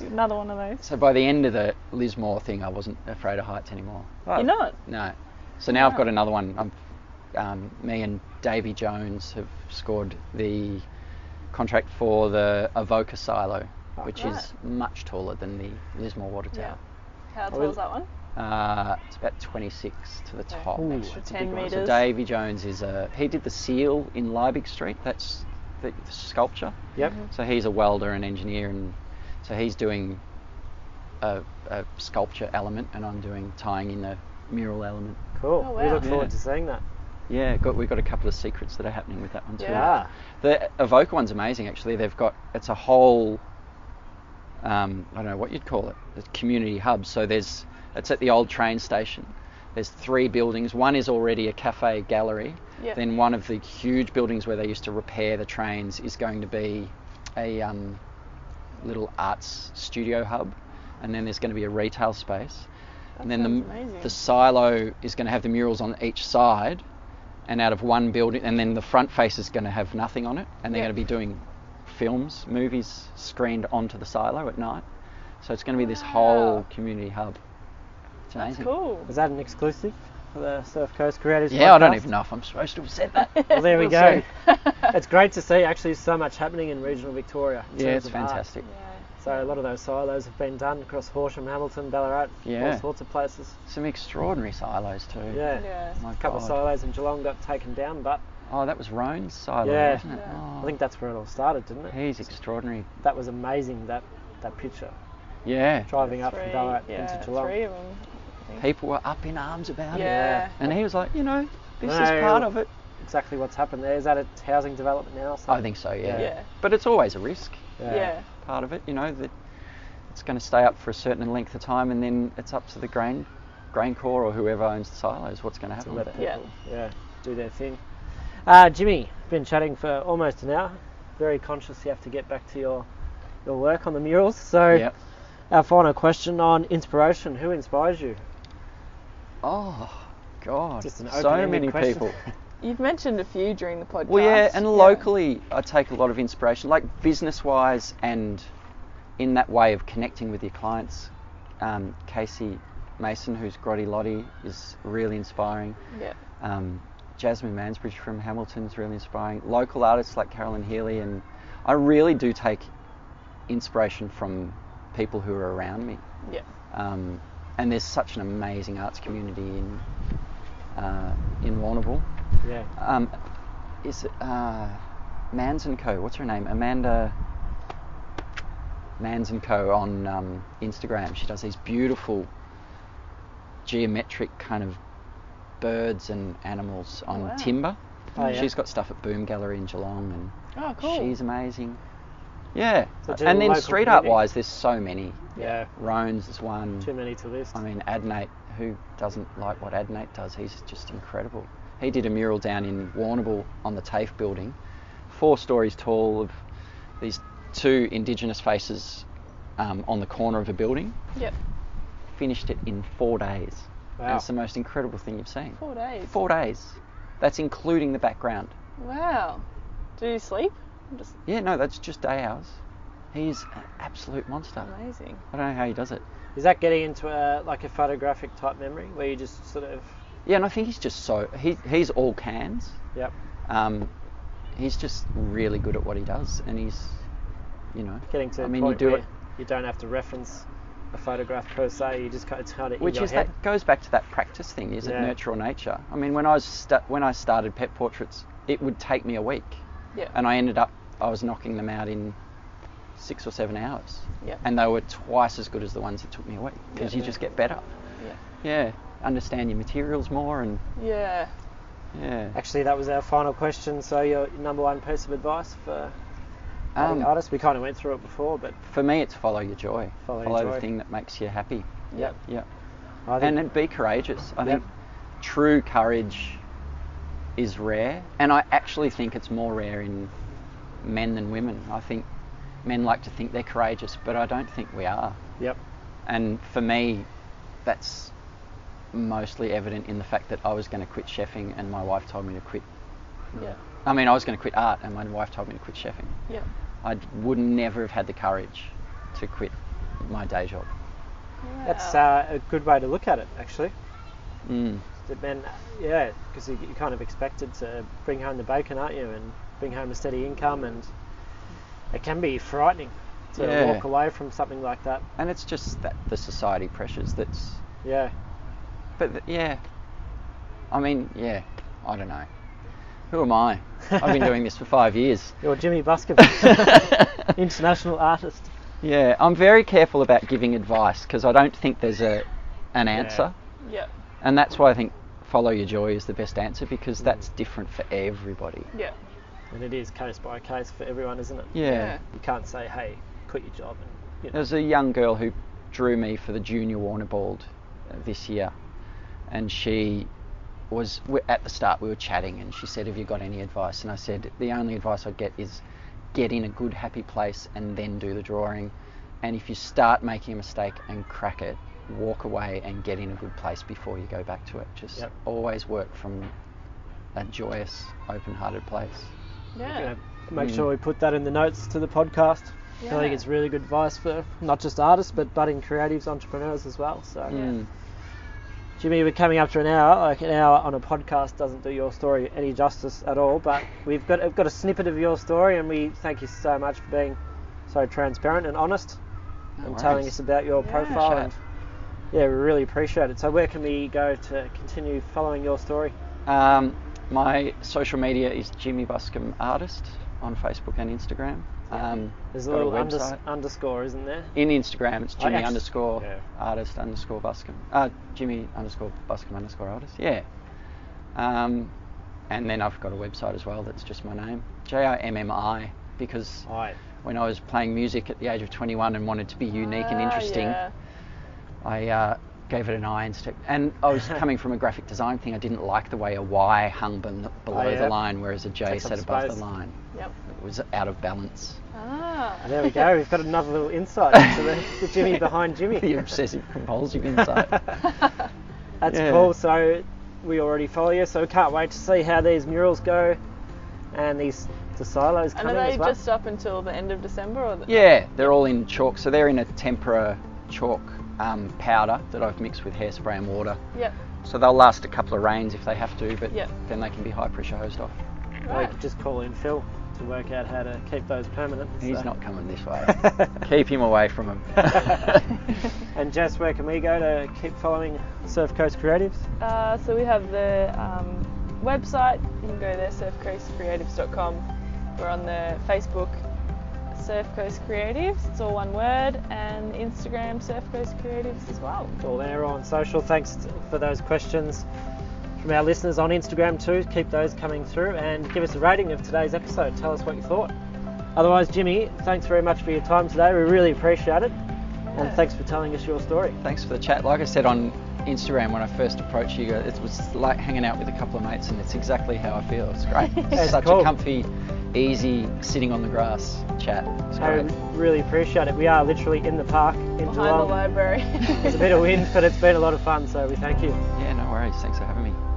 Another one of those. So by the end of the Lismore thing, I wasn't afraid of heights anymore. Oh, You're not. No. So now I've Wow. got another one. I'm, um, me and Davy Jones have scored the contract for the Avoca Silo, which Right. is much taller than the Lismore Water Yeah. Tower. How tall really- is that one? Uh, it's about 26 to the Okay. top. Ooh, actually. Extra It's a 10 big one. So metres. Davy Jones is a he did the seal in Liebig Street. That's the, the sculpture. Yep. So he's a welder and engineer, and so he's doing a, a sculpture element, and I'm doing tying in a mural element. Cool. Oh, We wow. look forward Yeah. to seeing that. Yeah, got, we've got a couple of secrets that are happening with that one too. Ah, Yeah. The Evoca one's amazing, actually. They've got it's a whole um, I don't know what you'd call it, a community hub. So there's it's at the old train station. There's three buildings. One is already a cafe gallery. Yeah. Then one of the huge buildings where they used to repair the trains is going to be a um, little arts studio hub, and then there's going to be a retail space. and That then sounds the, amazing. the silo is going to have the murals on each side, and out of one building, and then the front face is going to have nothing on it, and they're Yeah. going to be doing films, movies screened onto the silo at night. So it's going to be this whole Wow. community hub. It's That's amazing. cool. is that an exclusive for the Surf Coast Creators? Yeah, I don't podcast? even know if I'm supposed to have said that. Well, there we We'll go. see. it's great to see actually so much happening in regional Victoria. in yeah, terms it's of art. fantastic. Yeah. So a lot of those silos have been done across Horsham, Hamilton, Ballarat, all Yeah. sorts of places. Some extraordinary silos too. Oh Yeah. Yeah. My A couple of God. silos in Geelong got taken down, but Oh, that was Roan's silo, Yeah. wasn't it? Yeah. Oh, I think that's where it all started, didn't it? he's extraordinary. That was amazing. That that picture Yeah. driving up from Three- Ballarat yeah, into Geelong. Three of them. People were up in arms about it. Yeah. And he was like, you know, this is No. part of it. Exactly what's happened there. Is that a housing development now? So I think so, yeah. Yeah. But it's always a risk, Yeah. part of it, you know, that it's going to stay up for a certain length of time and then it's up to the grain grain corps or whoever owns the silos what's going to to happen let with people it. Yeah. yeah, do their thing. Uh, Jimmy, been chatting for almost an hour. Very conscious you have to get back to your your work on the murals. So Yep. our final question on inspiration: Who inspires you? Oh, God. Just an so open-ended many question. people. You've mentioned a few during the podcast. Well, yeah, and locally, I take a lot of inspiration, like business wise and in that way of connecting with your clients. Um, Casey Mason, who's Grotty Lottie, is really inspiring. Yeah. Um, Jasmine Mansbridge from Hamilton's really inspiring. Local artists like Carolyn Healy, and I really do take inspiration from people who are around me. Yeah. Um, and there's such an amazing arts community in uh, in Warrnambool Yeah. um, is it, uh, Mans and Co. What's her name? Amanda Mans and Co. on um, Instagram. She does these beautiful geometric kind of birds and animals on wow. timber. Oh, yeah. She's got stuff at Boom Gallery in Geelong, Oh, and cool. she's amazing. Yeah, So general and then local street community. art wise, there's so many. Yeah. Roan's is one. Too many to list. I mean, Adnate, who doesn't like what Adnate does? He's just incredible. He did a mural down in Warrnambool on the TAFE building, four stories tall of these two indigenous faces um, on the corner of a building. Yep. Finished it in four days. And Wow. it's the most incredible thing you've seen. Four days. Four days. That's including the background. Wow. Do you sleep? I'm just Yeah, no, that's just day hours. He's an absolute monster. amazing. I don't know how he does it. Is that getting into a like a photographic type memory where you just sort of Yeah, and I think he's just so he, he's all cans. yep. Um, he's just really good at what he does, and he's, you know, getting to I a mean, you point do where it, you don't have to reference a photograph per se. You just kind of, it's kind of which in your is head. that goes back to that practice thing. Is Yeah. it nurture or nature? I mean, when I was sta when I started pet portraits, it would take me a week, Yeah. and I ended up I was knocking them out in six or seven hours, Yep. and they were twice as good as the ones that took me a week because Yeah. you just get better. Yeah. Yeah, understand your materials more, and Yeah. yeah. Actually, that was our final question. So your number one piece of advice for budding Um, artists. We kind of went through it before, but for me, it's follow your joy, Follow your joy. the thing that makes you happy. Yep. Yeah. I and think then be courageous. I Yep. think true courage is rare, and I actually think it's more rare in men than women. I think men like to think they're courageous, but I don't think we are. yep. And for me, that's mostly evident in the fact that I was going to quit chefing, and my wife told me to quit. Yeah. I mean, I was going to quit art, and my wife told me to quit chefing. Yeah. I would never have had the courage to quit my day job. That's Wow. uh, a good way to look at it, actually. Mm. But then, yeah, because you, you're kind of expected to bring home the bacon, aren't you? And bring home a steady income, and it can be frightening to Yeah. walk away from something like that. And it's just that the society pressures that's Yeah. But th- yeah, I mean, yeah, I don't know. Who am I? I've been doing this for five years. You're Jimmy Buskovic, international artist. Yeah, I'm very careful about giving advice because I don't think there's a an answer, Yeah. and that's why I think follow your joy is the best answer because that's different for everybody. Yeah. And it is case by case for everyone, isn't it? Yeah. Yeah. You can't say, hey, quit your job. And, you know. There's a young girl who drew me for the Junior Warner Bald uh, this year, and she was we- at the start we were chatting, and she said, "Have you got any advice?" And I said, "The only advice I get is get in a good, happy place, and then do the drawing. And if you start making a mistake and crack it, walk away and get in a good place before you go back to it. Just Yep. always work from a joyous, open-hearted place." Yeah. Yeah, make Mm. sure we put that in the notes to the podcast. I Yeah. think it's really good advice for not just artists, but budding creatives, entrepreneurs as well. So, Mm. Jimmy, we're coming up to an hour. Like an hour on a podcast doesn't do your story any justice at all. But we've got we've got a snippet of your story, and we thank you so much for being so transparent and honest No and telling worries. us about your Yeah. profile. Chat. And yeah, we really appreciate it. So, where can we go to continue following your story? Um, my social media is Jimmy Buscombe Artist on Facebook and Instagram. Um, There's a got little unders- website. underscore, isn't there? in Instagram, it's Oh, I Jimmy actu- underscore yeah. artist underscore Buscombe. Uh, Jimmy underscore Buscombe underscore artist. Yeah. Um, and then I've got a website as well that's just my name, J I M M I, because Oh. Hi. when I was playing music at the age of 21 and wanted to be unique and Ah, interesting, Yeah. I uh, gave it an eye and step. And I was coming from a graphic design thing. I didn't like the way a Y hung bel- below Oh, yeah. the line, whereas a J Takes up sat above the space. line. Yep. It was out of balance. Ah. There we go. We've got another little insight into the, the Jimmy behind Jimmy. the obsessive compulsive insight. That's Yeah. cool. So we already follow you. So we can't wait to see how these murals go, and these the silos And are coming they as well. just up until the end of December or the yeah, they're all in chalk. So they're in a tempera chalk um, powder that I've mixed with hairspray and water. Yep. So they'll last a couple of rains if they have to, but Yeah. then they can be high pressure hosed off. Or we could just call in Phil to work out how to keep those permanent. He's so. not coming this way. Keep him away from him. And Jess, where can we go to keep following Surf Coast Creatives? Uh, so we have the um, website. You can go there, surfcoastcreatives.com. We're on the Facebook, Surf Coast Creatives. It's all one word, and Instagram, Surf Coast Creatives as well. All there on social. Thanks t- for those questions from our listeners on Instagram too. Keep those coming through and give us a rating of today's episode. Tell us what you thought. Otherwise, Jimmy, thanks very much for your time today. We really appreciate it. And Yeah. thanks for telling us your story. Thanks for the chat. Like I said on Instagram when I first approached you, guys, it was like hanging out with a couple of mates, and it's exactly how I feel. It's great. That's Such cool. a comfy easy sitting on the grass chat. It's I great. really appreciate it. We are literally in the park in behind the Geelong. library. It's a bit of wind, but it's been a lot of fun, so we thank you. Yeah, no worries. Thanks for having me.